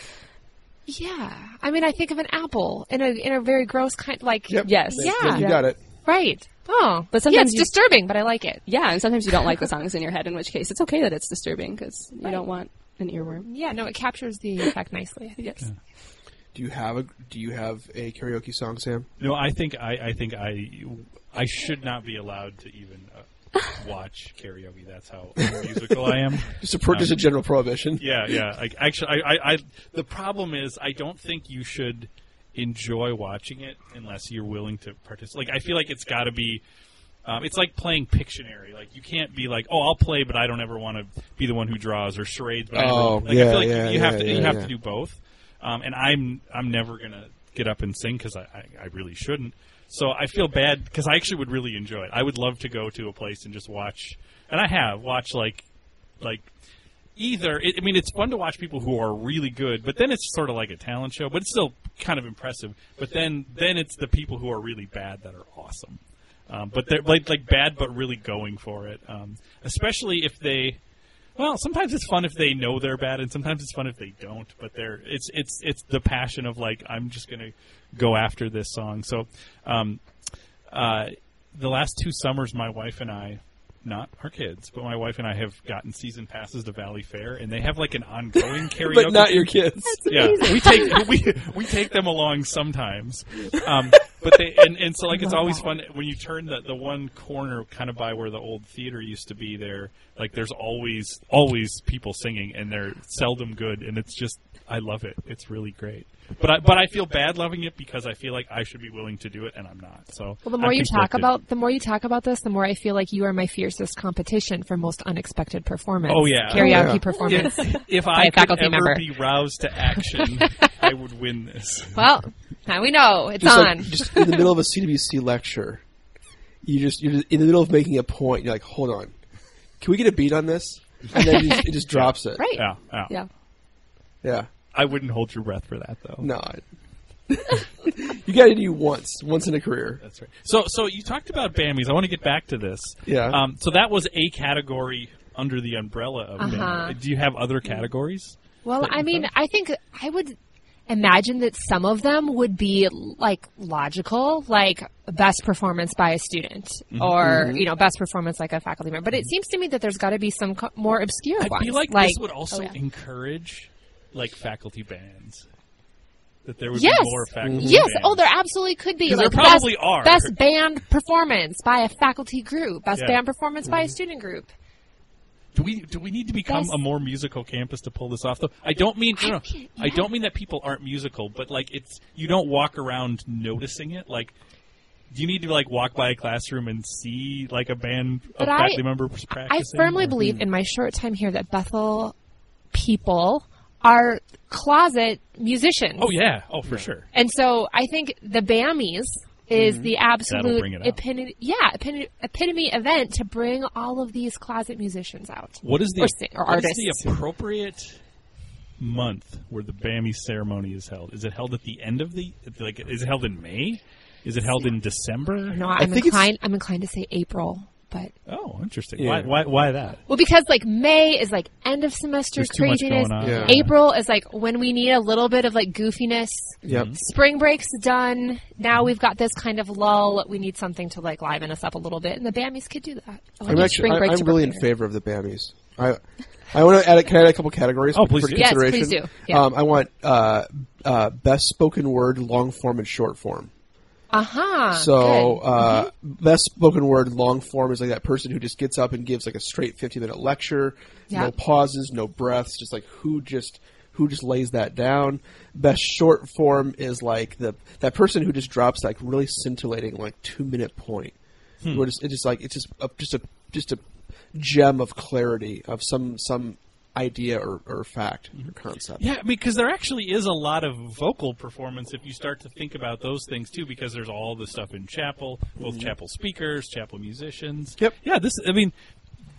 [SPEAKER 4] Yeah, I mean, I think of an apple in a in a very gross kind, like
[SPEAKER 1] Yep.
[SPEAKER 3] Yes.
[SPEAKER 1] There-
[SPEAKER 4] Yeah.
[SPEAKER 1] there you got it.
[SPEAKER 4] right. Oh,
[SPEAKER 3] But
[SPEAKER 4] yeah,
[SPEAKER 3] sometimes
[SPEAKER 4] it's
[SPEAKER 3] you-
[SPEAKER 4] disturbing, but I like it.
[SPEAKER 3] Yeah, and sometimes you don't like the songs in your head, in which case it's okay that it's disturbing because you don't want an earworm.
[SPEAKER 4] Yeah, no, it captures the effect nicely.
[SPEAKER 3] Yes.
[SPEAKER 1] Do you have a Do you have a karaoke song, Sam?
[SPEAKER 2] No, I think I, I think I I should not be allowed to even uh, watch karaoke. That's how musical I am.
[SPEAKER 1] Just a pro, just a general <laughs> prohibition.
[SPEAKER 2] Um, Yeah, yeah. Like actually, I, I, I the problem is I don't think you should enjoy watching it unless you're willing to participate. Like I feel like it's got to be. Um, it's like playing Pictionary. Like you can't be like, oh, I'll play, but I don't ever want to be the one who draws or charades. But I never-
[SPEAKER 1] Oh,
[SPEAKER 2] like,
[SPEAKER 1] yeah,
[SPEAKER 2] I feel like
[SPEAKER 1] yeah,
[SPEAKER 2] you have
[SPEAKER 1] yeah,
[SPEAKER 2] to
[SPEAKER 1] yeah,
[SPEAKER 2] you have
[SPEAKER 1] yeah.
[SPEAKER 2] to do both. Um, and I'm I'm never gonna get up and sing because I, I I really shouldn't. So I feel bad because I actually would really enjoy it. I would love to go to a place and just watch, and I have watched like like either it, i mean it's fun to watch people who are really good but then it's sort of like a talent show but it's still kind of impressive but then then it's the people who are really bad that are awesome um, but they're like like bad but really going for it um, especially if they well sometimes it's fun if they know they're bad and sometimes it's fun if they don't but they're it's it's it's the passion of like i'm just gonna go after this song so um uh the last two summers, my wife and I, not our kids, but my wife and I have gotten season passes to Valley Fair, and they have like an ongoing
[SPEAKER 1] <laughs>
[SPEAKER 2] karaoke.
[SPEAKER 1] But not your kids.
[SPEAKER 2] yeah, we take we we take <laughs> them along sometimes, um, but they and, and so like it's always fun when you turn the the one corner kind of by where the old theater used to be. There, like there's always always people singing, and they're seldom good, and it's just I love it. It's really great. But I, but I feel bad loving it because I feel like I should be willing to do it and I'm not. So
[SPEAKER 4] Well, the more
[SPEAKER 2] I'm
[SPEAKER 4] you talk
[SPEAKER 2] conflicted.
[SPEAKER 4] about the more you talk about this, the more I feel like you are my fiercest competition for most unexpected performance.
[SPEAKER 2] Oh, yeah.
[SPEAKER 4] karaoke
[SPEAKER 1] Oh, yeah.
[SPEAKER 4] performance.
[SPEAKER 2] if, if
[SPEAKER 4] a
[SPEAKER 2] I could
[SPEAKER 4] faculty
[SPEAKER 2] ever
[SPEAKER 4] member.
[SPEAKER 2] be roused to
[SPEAKER 4] <laughs>
[SPEAKER 2] action, I would win this.
[SPEAKER 4] Well, now we know it's
[SPEAKER 1] Just,
[SPEAKER 4] on.
[SPEAKER 1] like, just in the middle of a CWC lecture, you just you're just in the middle of making a point. You're like, hold on, can we get a beat on this? And then you just, it just drops it.
[SPEAKER 4] right?
[SPEAKER 2] Yeah, yeah.
[SPEAKER 3] Yeah.
[SPEAKER 1] Yeah.
[SPEAKER 2] I wouldn't hold your breath for that though.
[SPEAKER 1] No. I- <laughs> you got to do once, once in a career.
[SPEAKER 2] That's right. So so you talked about Bammies. I want to get back to this.
[SPEAKER 1] Yeah.
[SPEAKER 2] Um, so that was a category under the umbrella of Bammy.
[SPEAKER 4] Uh-huh.
[SPEAKER 2] Do you have other categories?
[SPEAKER 4] Well,
[SPEAKER 2] that
[SPEAKER 4] I
[SPEAKER 2] you've
[SPEAKER 4] mean,
[SPEAKER 2] done?
[SPEAKER 4] I think I would imagine that some of them would be like logical, like best performance by a student
[SPEAKER 2] Mm-hmm.
[SPEAKER 4] or, you know, best performance like a faculty member. But it seems to me that there's got to be some co- more obscure
[SPEAKER 2] I
[SPEAKER 4] ones.
[SPEAKER 2] feel like, this would also
[SPEAKER 4] oh, yeah.
[SPEAKER 2] encourage like faculty bands. That there would
[SPEAKER 4] Yes.
[SPEAKER 2] be more faculty
[SPEAKER 4] Yes.
[SPEAKER 2] bands.
[SPEAKER 4] Oh, there absolutely could be.
[SPEAKER 2] 'Cause there
[SPEAKER 4] Like,
[SPEAKER 2] probably
[SPEAKER 4] best,
[SPEAKER 2] are.
[SPEAKER 4] Best band performance by a faculty group. Best
[SPEAKER 2] Yeah. Mm-hmm.
[SPEAKER 4] band performance by a student group.
[SPEAKER 2] Do we do we need to become
[SPEAKER 4] That's-
[SPEAKER 2] a more musical campus to pull this off? Though I don't mean no, no. I don't mean that people aren't musical, but like it's you don't walk around noticing it. Like, do you need to like walk by a classroom and see like a band of
[SPEAKER 4] But I-
[SPEAKER 2] faculty members
[SPEAKER 4] I
[SPEAKER 2] practicing?
[SPEAKER 4] firmly
[SPEAKER 2] or-
[SPEAKER 4] believe in my short time here that Bethel people are closet musicians.
[SPEAKER 2] Oh yeah, oh for sure.
[SPEAKER 4] And so I think the Bammies is the
[SPEAKER 2] Mm-hmm. That'll
[SPEAKER 4] absolute
[SPEAKER 2] bring it up.
[SPEAKER 4] epitome, yeah, epitome, epitome event to bring all of these closet musicians out.
[SPEAKER 2] What is the
[SPEAKER 4] Or sing- or
[SPEAKER 2] what is
[SPEAKER 4] artists.
[SPEAKER 2] the appropriate month where the Bammy ceremony is held? Is it held at the end of the like? Is it held in May? Is it held in December?
[SPEAKER 4] No, I'm
[SPEAKER 1] think it's-
[SPEAKER 4] inclined. I'm inclined to say April, but
[SPEAKER 2] Oh, interesting.
[SPEAKER 1] Yeah.
[SPEAKER 2] Why, why? Why that?
[SPEAKER 4] well, because like May is like end of semester
[SPEAKER 2] There's too much
[SPEAKER 4] craziness.
[SPEAKER 2] going on.
[SPEAKER 1] Yeah.
[SPEAKER 4] April is like when we need a little bit of like goofiness.
[SPEAKER 1] Yep.
[SPEAKER 4] Spring break's done. Now we've got this kind of lull. We need something to like liven us up a little bit, and the Bammies could do that. I
[SPEAKER 1] I'm
[SPEAKER 4] need
[SPEAKER 1] actually,
[SPEAKER 4] spring
[SPEAKER 1] I,
[SPEAKER 4] break
[SPEAKER 1] I'm
[SPEAKER 4] to
[SPEAKER 1] really in
[SPEAKER 4] prepare.
[SPEAKER 1] favor of the Bammies. I, I want to add. A, can I add a couple categories?
[SPEAKER 2] Oh,
[SPEAKER 1] for-
[SPEAKER 2] please
[SPEAKER 1] for
[SPEAKER 2] do.
[SPEAKER 4] Yes,
[SPEAKER 1] consideration?
[SPEAKER 4] please do. Yeah.
[SPEAKER 1] Um, I want uh, uh, best spoken word, long form, and short form.
[SPEAKER 4] Uh-huh.
[SPEAKER 1] So,
[SPEAKER 4] good. Mm-hmm.
[SPEAKER 1] uh, best spoken word, long form is like that person who just gets up and gives like a straight fifty minute lecture,
[SPEAKER 4] Yeah.
[SPEAKER 1] no pauses, no breaths, just like who just who just lays that down. Best short form is like the that person who just drops like really scintillating like two minute point. Where just, it just like it's just a, just a just a gem of clarity of some some idea or, or fact or concept.
[SPEAKER 2] Yeah, because there actually is a lot of vocal performance if you start to think about those things too. Because there's all the stuff in chapel, both chapel speakers, chapel musicians.
[SPEAKER 1] Mm-hmm. Yep.
[SPEAKER 2] Yeah. This. I mean,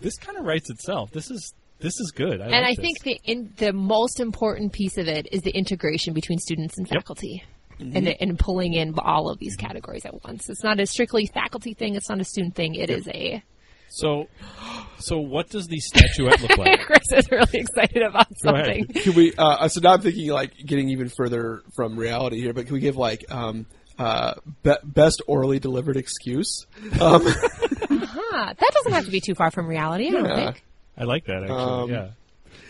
[SPEAKER 2] this kind of writes itself. This is this is good. I
[SPEAKER 4] And I
[SPEAKER 2] like this.
[SPEAKER 4] think the in, the most important piece of it is the integration between students and faculty. And, the, and pulling in all of these categories at once. It's not a strictly faculty thing. It's not a student thing. It is a. <laughs>
[SPEAKER 2] so. So, what does the statuette look
[SPEAKER 4] <laughs>
[SPEAKER 2] like?
[SPEAKER 4] Chris is really excited about
[SPEAKER 2] Go ahead.
[SPEAKER 4] something.
[SPEAKER 1] Can we? Uh, so now I'm thinking like getting even further from reality here, but can we give like um, uh, be- best orally delivered excuse? Um, <laughs>
[SPEAKER 4] Huh. Uh-huh. That doesn't have to be too far from reality. I don't
[SPEAKER 1] Yeah.
[SPEAKER 4] think.
[SPEAKER 2] I like that actually.
[SPEAKER 1] Um,
[SPEAKER 2] yeah.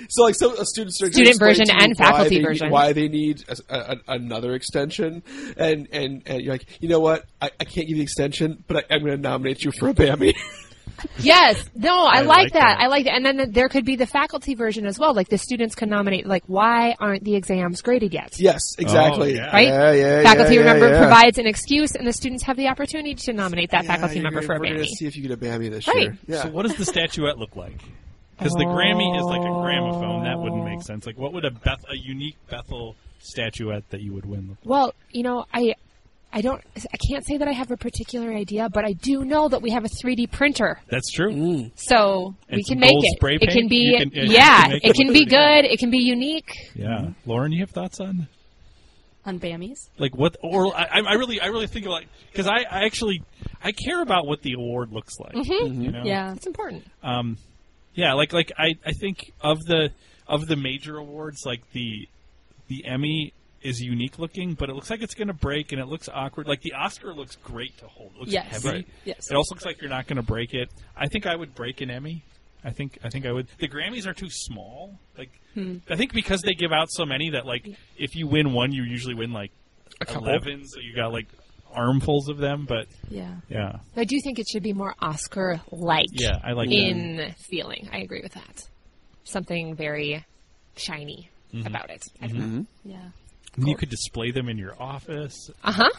[SPEAKER 1] so like some uh, a student
[SPEAKER 4] Student version and faculty
[SPEAKER 1] why they,
[SPEAKER 4] version.
[SPEAKER 1] Why they need a, a, another extension? And, and and you're like, you know what? I, I can't give you the extension, but I, I'm going to nominate you for a Bammy.
[SPEAKER 4] Yes. No, I,
[SPEAKER 2] I
[SPEAKER 4] like,
[SPEAKER 2] like
[SPEAKER 4] that.
[SPEAKER 2] that.
[SPEAKER 4] I like that. And then there could be the faculty version as well. Like the students can nominate. Like, why aren't the exams graded yet?
[SPEAKER 1] <laughs> yes, exactly.
[SPEAKER 2] yeah.
[SPEAKER 4] Right?
[SPEAKER 1] Yeah, yeah,
[SPEAKER 4] faculty
[SPEAKER 1] yeah, yeah,
[SPEAKER 4] member
[SPEAKER 1] yeah.
[SPEAKER 4] provides an excuse, and the students have the opportunity to nominate that
[SPEAKER 1] Yeah,
[SPEAKER 4] faculty
[SPEAKER 1] you're
[SPEAKER 4] member
[SPEAKER 1] gonna-
[SPEAKER 4] for a
[SPEAKER 1] We're
[SPEAKER 4] Bammy.
[SPEAKER 1] to see if you get a Bammy this
[SPEAKER 4] Right.
[SPEAKER 1] year. Yeah.
[SPEAKER 2] So, what does the statuette look like? Because the Grammy is like a gramophone. That wouldn't
[SPEAKER 4] Oh.
[SPEAKER 2] make sense. Like, what would a Beth, a unique Bethel statuette that you would win look
[SPEAKER 4] Well, you know, I I don't I can't say that I have a particular idea, but I do know that we have a 3D printer.
[SPEAKER 2] That's true.
[SPEAKER 1] Mm-hmm.
[SPEAKER 4] So we
[SPEAKER 2] And
[SPEAKER 4] can
[SPEAKER 2] some
[SPEAKER 4] make
[SPEAKER 2] gold
[SPEAKER 4] it.
[SPEAKER 2] spray
[SPEAKER 4] It can
[SPEAKER 2] paint?
[SPEAKER 4] be
[SPEAKER 2] You can- yeah, you
[SPEAKER 4] yeah,
[SPEAKER 2] can make
[SPEAKER 4] it
[SPEAKER 2] it
[SPEAKER 4] can
[SPEAKER 2] look
[SPEAKER 4] be
[SPEAKER 2] pretty
[SPEAKER 4] good, it can be unique.
[SPEAKER 2] Yeah,
[SPEAKER 1] Mm-hmm.
[SPEAKER 2] Lauren, you have thoughts on
[SPEAKER 3] On Bammies.
[SPEAKER 2] like what or I, I- I really I really think about because I, I actually I care about what the award looks like.
[SPEAKER 1] Mm-hmm.
[SPEAKER 2] You know?
[SPEAKER 3] Mm-hmm. Yeah.
[SPEAKER 4] It's important.
[SPEAKER 2] Um, yeah, like like I, I think of the of the major awards, like the the Emmy is unique looking, but it looks like it's going to break and it looks awkward. Like the Oscar looks great to hold. It looks
[SPEAKER 3] Yes.
[SPEAKER 2] heavy.
[SPEAKER 3] Right. Yes.
[SPEAKER 2] It also looks like you're not going to break it. I think I would break an Emmy. I think I think I would. The Grammys are too small. Like
[SPEAKER 3] Hmm.
[SPEAKER 2] I think because they give out so many that like if you win one, you usually win like
[SPEAKER 1] couple.
[SPEAKER 2] eleven. So you got like armfuls of them. But
[SPEAKER 3] Yeah.
[SPEAKER 2] yeah,
[SPEAKER 4] I do think it should be more Oscar like
[SPEAKER 2] yeah, I like that.
[SPEAKER 4] in feeling. I agree with that. Something very shiny
[SPEAKER 2] Mm-hmm.
[SPEAKER 4] about it.
[SPEAKER 3] Yeah.
[SPEAKER 2] And You could display them in your office,
[SPEAKER 4] Uh huh.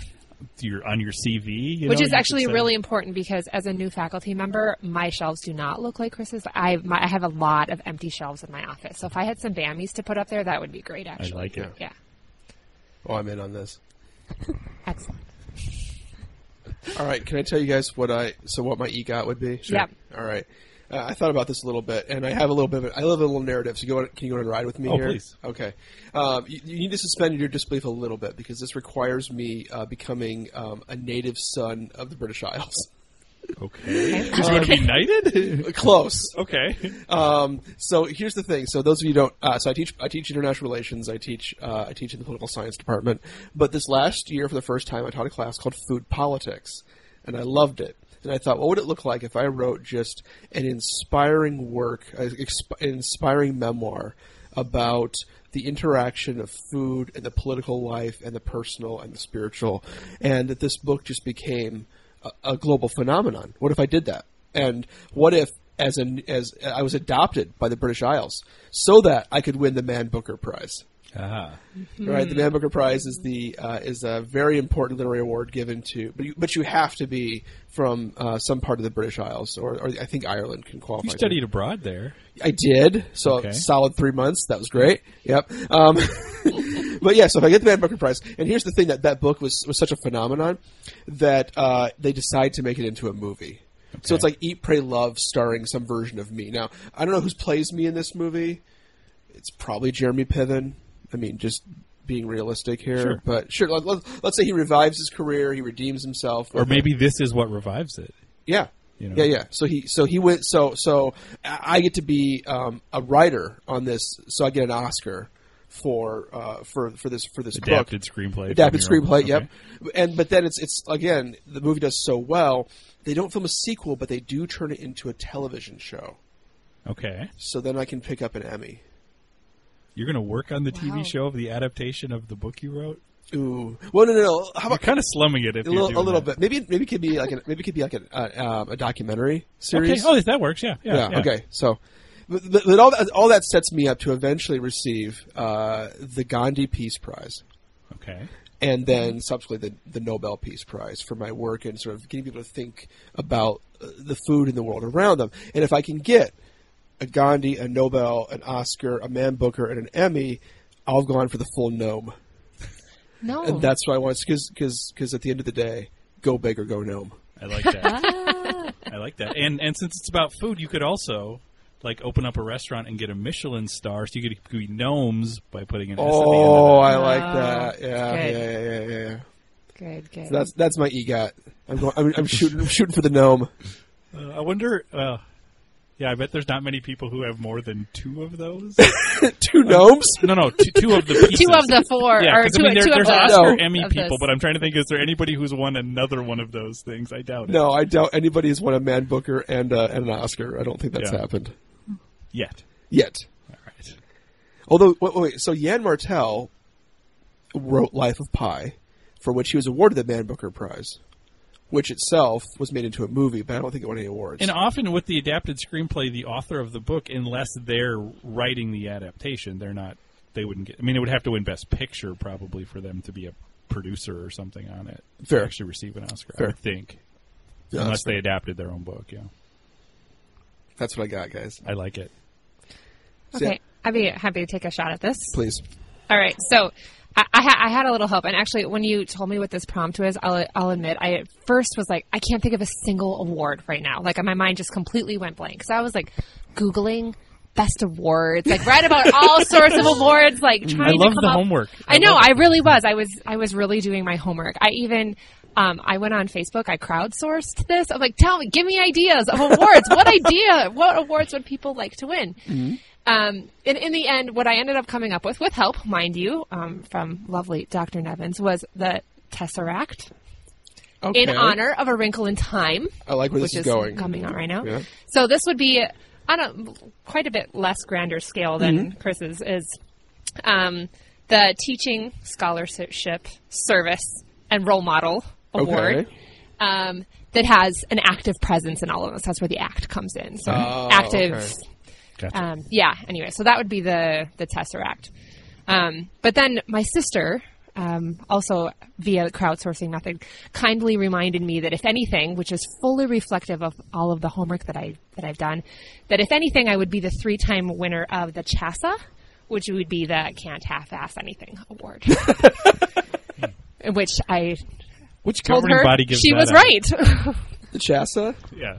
[SPEAKER 2] your on your CV, you
[SPEAKER 4] Which
[SPEAKER 2] know, you
[SPEAKER 4] is
[SPEAKER 2] could
[SPEAKER 4] actually
[SPEAKER 2] say-
[SPEAKER 4] really important because as a new faculty member, my shelves do not look like Chris's. I, my, I have a lot of empty shelves in my office. So if I had some Bammies to put up there, that would be great,
[SPEAKER 2] I
[SPEAKER 4] actually.
[SPEAKER 2] like it.
[SPEAKER 4] Yeah.
[SPEAKER 1] Oh, I'm in on this.
[SPEAKER 4] Excellent.
[SPEAKER 1] All right, can I tell you guys what I so what my egot would be?
[SPEAKER 4] Sure. Yeah.
[SPEAKER 1] All right. Uh, I thought about this a little bit, and I have a little bit of it. I love a little narrative. So, go on, can you go on a ride with me
[SPEAKER 2] Oh,
[SPEAKER 1] here?
[SPEAKER 2] please.
[SPEAKER 1] Okay. Um, you, you need to suspend your disbelief a little bit because this requires me uh, becoming um, a native son of the British Isles. <laughs>
[SPEAKER 2] Okay, because you want to be knighted.
[SPEAKER 1] Close.
[SPEAKER 2] <laughs> okay,
[SPEAKER 1] Um, so here's the thing. So those of you who don't, uh, so I teach I teach international relations. I teach uh, I teach in the political science department. But this last year, for the first time, I taught a class called food politics, and I loved it. And I thought, what would it look like if I wrote just an inspiring work, uh, exp- an inspiring memoir about the interaction of food and the political life and the personal and the spiritual, and that this book just became a, a global phenomenon. What if I did that? And what if, as an as I was adopted by the British Isles, so that I could win the Man Booker Prize? Ah, Right, the Man Booker Prize is the uh, is a very important literary award given to, but you, but you have to be from uh, some part of the British Isles, or, or I think Ireland can qualify.
[SPEAKER 2] you
[SPEAKER 1] too.
[SPEAKER 2] studied abroad there.
[SPEAKER 1] I did. So
[SPEAKER 2] Okay.
[SPEAKER 1] solid three months. That was great. Yep. Um, <laughs> but yeah, so if I get the Man Booker Prize, and here's the thing that that book was was such a phenomenon that uh, they decide to make it into a movie. So it's like Eat, Pray, Love, starring some version of me. Now I don't know who plays me in this movie. It's probably Jeremy Piven. I mean, just being realistic here,
[SPEAKER 2] Sure.
[SPEAKER 1] but sure. Let, let, let's say he revives his career, he redeems himself,
[SPEAKER 2] or maybe this is what revives it.
[SPEAKER 1] yeah.
[SPEAKER 2] You know?
[SPEAKER 1] Yeah, yeah. So he, so he went. So, so I I get to be um, a writer on this. So I get an Oscar for uh, for for this for this
[SPEAKER 2] Adapted
[SPEAKER 1] book.
[SPEAKER 2] screenplay.
[SPEAKER 1] Adapted
[SPEAKER 2] from your own-
[SPEAKER 1] screenplay. Yep.
[SPEAKER 2] okay.
[SPEAKER 1] And but then it's it's again the movie does so well they don't film a sequel but they do turn it into a television show.
[SPEAKER 2] Okay.
[SPEAKER 1] So then I can pick up an Emmy.
[SPEAKER 2] You're going to work on the
[SPEAKER 4] Wow.
[SPEAKER 2] TV show of the adaptation of the book you wrote.
[SPEAKER 1] Ooh. Well, no, no, no. How
[SPEAKER 2] You're
[SPEAKER 1] about
[SPEAKER 2] kind of slumming it if
[SPEAKER 1] a
[SPEAKER 2] you're
[SPEAKER 1] little, a
[SPEAKER 2] doing
[SPEAKER 1] little
[SPEAKER 2] that.
[SPEAKER 1] bit? Maybe maybe it could be like an, maybe it could be like an, uh, um, a documentary series.
[SPEAKER 2] Okay. Oh, that works. Yeah. Yeah.
[SPEAKER 1] yeah,
[SPEAKER 2] yeah.
[SPEAKER 1] okay. So, but, but but all that all that sets me up to eventually receive uh, the Gandhi Peace Prize,
[SPEAKER 2] Okay.
[SPEAKER 1] and then subsequently the the Nobel Peace Prize for my work and sort of getting people to think about uh, the food in the world around them. And if I can get a Gandhi, a Nobel, an Oscar, a Man Booker, and an Emmy, I'll have gone for the full gnome.
[SPEAKER 4] No.
[SPEAKER 1] And that's why I want because because because at the end of the day, go big or go gnome.
[SPEAKER 2] I like
[SPEAKER 4] <laughs>
[SPEAKER 2] that.
[SPEAKER 3] Ah,
[SPEAKER 2] I like that. And and since it's about food, you could also like open up a restaurant and get a Michelin star, so you could be gnomes by putting an S
[SPEAKER 1] Oh,
[SPEAKER 2] at
[SPEAKER 1] I like
[SPEAKER 4] Ah,
[SPEAKER 1] that. Yeah,
[SPEAKER 4] good.
[SPEAKER 1] yeah, yeah, yeah, yeah.
[SPEAKER 4] good, good.
[SPEAKER 1] That's that's my E egot. I'm going, I'm, I'm shooting I'm shooting for the gnome. <laughs>
[SPEAKER 2] the end. Of it. Uh, I wonder. Uh, yeah, I bet there's not many people who have more than two of those.
[SPEAKER 1] <laughs> Two gnomes.
[SPEAKER 2] no, no, two, two of the pieces.
[SPEAKER 4] two of the four.
[SPEAKER 2] Yeah,
[SPEAKER 4] or
[SPEAKER 2] 'cause,
[SPEAKER 4] two,
[SPEAKER 2] I mean, there,
[SPEAKER 4] two
[SPEAKER 2] there's
[SPEAKER 4] of the
[SPEAKER 2] Oscar
[SPEAKER 1] No.
[SPEAKER 2] Emmy
[SPEAKER 4] of
[SPEAKER 2] people,
[SPEAKER 4] those.
[SPEAKER 2] but I'm trying to think: is there anybody who's won another one of those things? I doubt it.
[SPEAKER 1] No, I doubt anybody has won a Man Booker and uh, and an Oscar. I don't think that's
[SPEAKER 2] Yeah.
[SPEAKER 1] happened
[SPEAKER 2] yet.
[SPEAKER 1] yet.
[SPEAKER 2] All right.
[SPEAKER 1] Although, wait, wait, so Jan Martel wrote Life of Pi, for which he was awarded the Man Booker Prize, which itself was made into a movie, but I don't think it won any awards.
[SPEAKER 2] And often with the adapted screenplay, the author of the book, unless they're writing the adaptation, they're not. They wouldn't get. I mean, it would have to win Best Picture probably for them to be a producer or something on it
[SPEAKER 1] Fair.
[SPEAKER 2] to actually receive an Oscar.
[SPEAKER 1] Fair.
[SPEAKER 2] I would think,
[SPEAKER 1] Yeah,
[SPEAKER 2] unless
[SPEAKER 1] that's,
[SPEAKER 2] they adapted their own book. Yeah,
[SPEAKER 1] that's what I got, guys.
[SPEAKER 2] I like it.
[SPEAKER 1] Yeah.
[SPEAKER 4] Okay. I'd be happy to take a shot at this.
[SPEAKER 1] Please.
[SPEAKER 4] All right. So I, I, ha- I had a little help. And actually, when you told me what this prompt was, I'll, I'll admit, I at first was like, I can't think of a single award right now. Like, my mind just completely went blank. So I was like, Googling best awards, like, read about all sorts
[SPEAKER 2] <laughs>
[SPEAKER 4] of awards, like, trying
[SPEAKER 2] Mm, I love
[SPEAKER 4] to come
[SPEAKER 2] the
[SPEAKER 4] up-
[SPEAKER 2] homework.
[SPEAKER 4] I, know. I really was. I was. I was really doing my homework. I even. Um, I went on Facebook. I crowdsourced this. I'm like, tell me, give me ideas of awards. what idea? What awards would people like to win? Um, and in the end, what I ended up coming up with, with help, mind you, um, from lovely Dr. Nevins, was the Tesseract
[SPEAKER 1] Okay.
[SPEAKER 4] in honor of A Wrinkle in Time,
[SPEAKER 1] I like where this
[SPEAKER 4] which
[SPEAKER 1] is
[SPEAKER 4] is
[SPEAKER 1] going.
[SPEAKER 4] coming out right now.
[SPEAKER 1] Yeah.
[SPEAKER 4] So this would be on a quite a bit less grander scale than
[SPEAKER 1] Mm-hmm.
[SPEAKER 4] Chris's is um, the teaching scholarship service and role model award
[SPEAKER 1] Okay.
[SPEAKER 4] um, that has an active presence in all of us. That's where the act comes in. So
[SPEAKER 1] Oh,
[SPEAKER 4] active.
[SPEAKER 1] okay.
[SPEAKER 2] Gotcha.
[SPEAKER 4] Um, yeah. Anyway, so that would be the the tesseract. Um, but then my sister. Um, also via crowdsourcing method kindly reminded me that if anything which is fully reflective of all of the homework that i that i've done that if anything i would be the three-time winner of the chassa which would be the can't half-ass anything <laughs> award In which i
[SPEAKER 2] Which
[SPEAKER 4] told
[SPEAKER 2] governing
[SPEAKER 4] her
[SPEAKER 2] body gives
[SPEAKER 4] she
[SPEAKER 2] that
[SPEAKER 4] was
[SPEAKER 2] out?
[SPEAKER 4] right
[SPEAKER 1] The Chassa.
[SPEAKER 2] Yeah.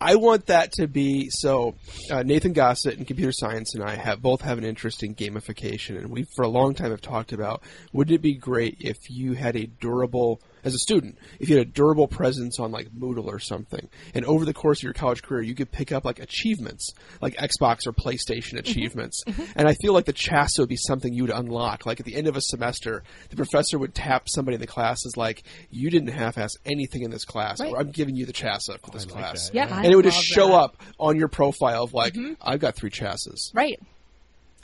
[SPEAKER 1] I want that to be so. Uh, Nathan Gossett in computer science and I have both have an interest in gamification, and we for a long time have talked about. Wouldn't it be great if you had a durable, as a student, if you had a durable presence on like Moodle or something, and over the course of your college career, you could pick up like achievements, like Xbox or PlayStation achievements, and I feel like the Chassa would be something you'd unlock. Like at the end of a semester, the professor would tap somebody in the class as like, "You didn't half-ass anything in this class,
[SPEAKER 4] Right.
[SPEAKER 1] or I'm giving you the Chassa for this class."
[SPEAKER 2] that,
[SPEAKER 4] Yeah, <laughs> I
[SPEAKER 1] and it would just
[SPEAKER 4] love
[SPEAKER 1] show
[SPEAKER 4] that.
[SPEAKER 1] up on your profile of like,
[SPEAKER 3] Mm-hmm.
[SPEAKER 1] I've got three chassis.
[SPEAKER 4] right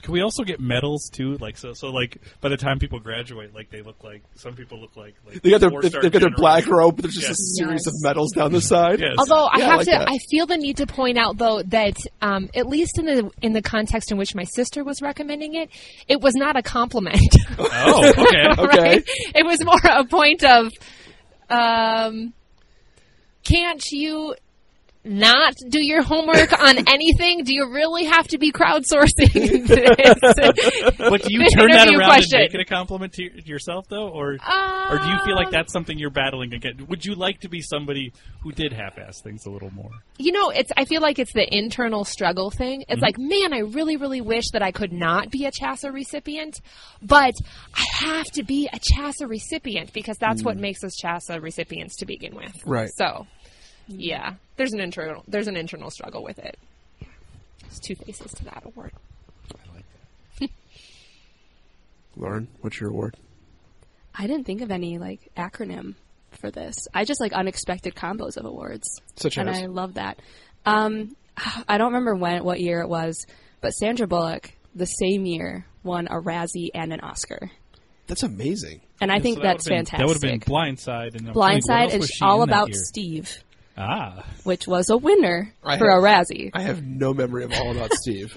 [SPEAKER 2] Can we also get medals too? Like so, so like by the time people graduate, like they look like some people look like, like
[SPEAKER 1] They got their
[SPEAKER 2] four-star
[SPEAKER 1] they've got their
[SPEAKER 2] generals.
[SPEAKER 1] black robe. There's just
[SPEAKER 2] Yes.
[SPEAKER 1] a series of
[SPEAKER 3] Yes.
[SPEAKER 1] medals down the side.
[SPEAKER 2] Yes.
[SPEAKER 4] Although I
[SPEAKER 1] Yeah, I
[SPEAKER 4] have
[SPEAKER 1] like
[SPEAKER 4] to,
[SPEAKER 1] that.
[SPEAKER 4] I feel the need to point out though that um, at least in the in the context in which my sister was recommending it, it was not a compliment. <laughs>
[SPEAKER 2] Oh,
[SPEAKER 1] <laughs>
[SPEAKER 2] okay.
[SPEAKER 1] Okay.
[SPEAKER 4] right? It was more a point of, um, can't you not do your homework
[SPEAKER 2] <laughs>
[SPEAKER 4] on anything? Do you really have to be crowdsourcing <laughs> this?
[SPEAKER 2] But
[SPEAKER 3] <laughs>
[SPEAKER 2] do you
[SPEAKER 4] An
[SPEAKER 2] turn that
[SPEAKER 4] interview
[SPEAKER 2] around
[SPEAKER 4] question.
[SPEAKER 2] and make it a compliment to y- yourself though, or or do you feel
[SPEAKER 3] Um,
[SPEAKER 2] like that's something you're battling against? Would you like to be somebody who did half-ass things a little more?
[SPEAKER 4] you know, it's. I feel like it's the internal struggle thing. It's like, man, I really, really wish that I could not be a Chassa recipient, but I have to be a Chassa recipient because that's what makes us Chassa recipients to begin with.
[SPEAKER 1] Right.
[SPEAKER 4] So, yeah, there's an internal there's an internal struggle with it. There's two faces to that award.
[SPEAKER 1] Lauren, what's your award?
[SPEAKER 3] I didn't think of any like acronym for this. I just like unexpected combos of awards,
[SPEAKER 1] Such
[SPEAKER 3] and
[SPEAKER 1] as?
[SPEAKER 3] I love that. Um, <sighs> I don't remember when, what year it was, but Sandra Bullock the same year won a Razzie and an Oscar,
[SPEAKER 1] That's amazing.
[SPEAKER 3] and I
[SPEAKER 2] Yeah,
[SPEAKER 3] think
[SPEAKER 2] so that
[SPEAKER 3] that's
[SPEAKER 2] would've been-
[SPEAKER 3] fantastic.
[SPEAKER 2] That would have been Blindside and I'm trying to think, what
[SPEAKER 3] Blindside
[SPEAKER 2] else was
[SPEAKER 3] is
[SPEAKER 2] she
[SPEAKER 3] all
[SPEAKER 2] in that
[SPEAKER 3] about
[SPEAKER 2] year?
[SPEAKER 3] Steve,
[SPEAKER 2] Ah,
[SPEAKER 3] which was a winner
[SPEAKER 1] I
[SPEAKER 3] for
[SPEAKER 1] have-
[SPEAKER 3] a Razzie.
[SPEAKER 1] I have no memory of all
[SPEAKER 3] <laughs>
[SPEAKER 1] about Steve.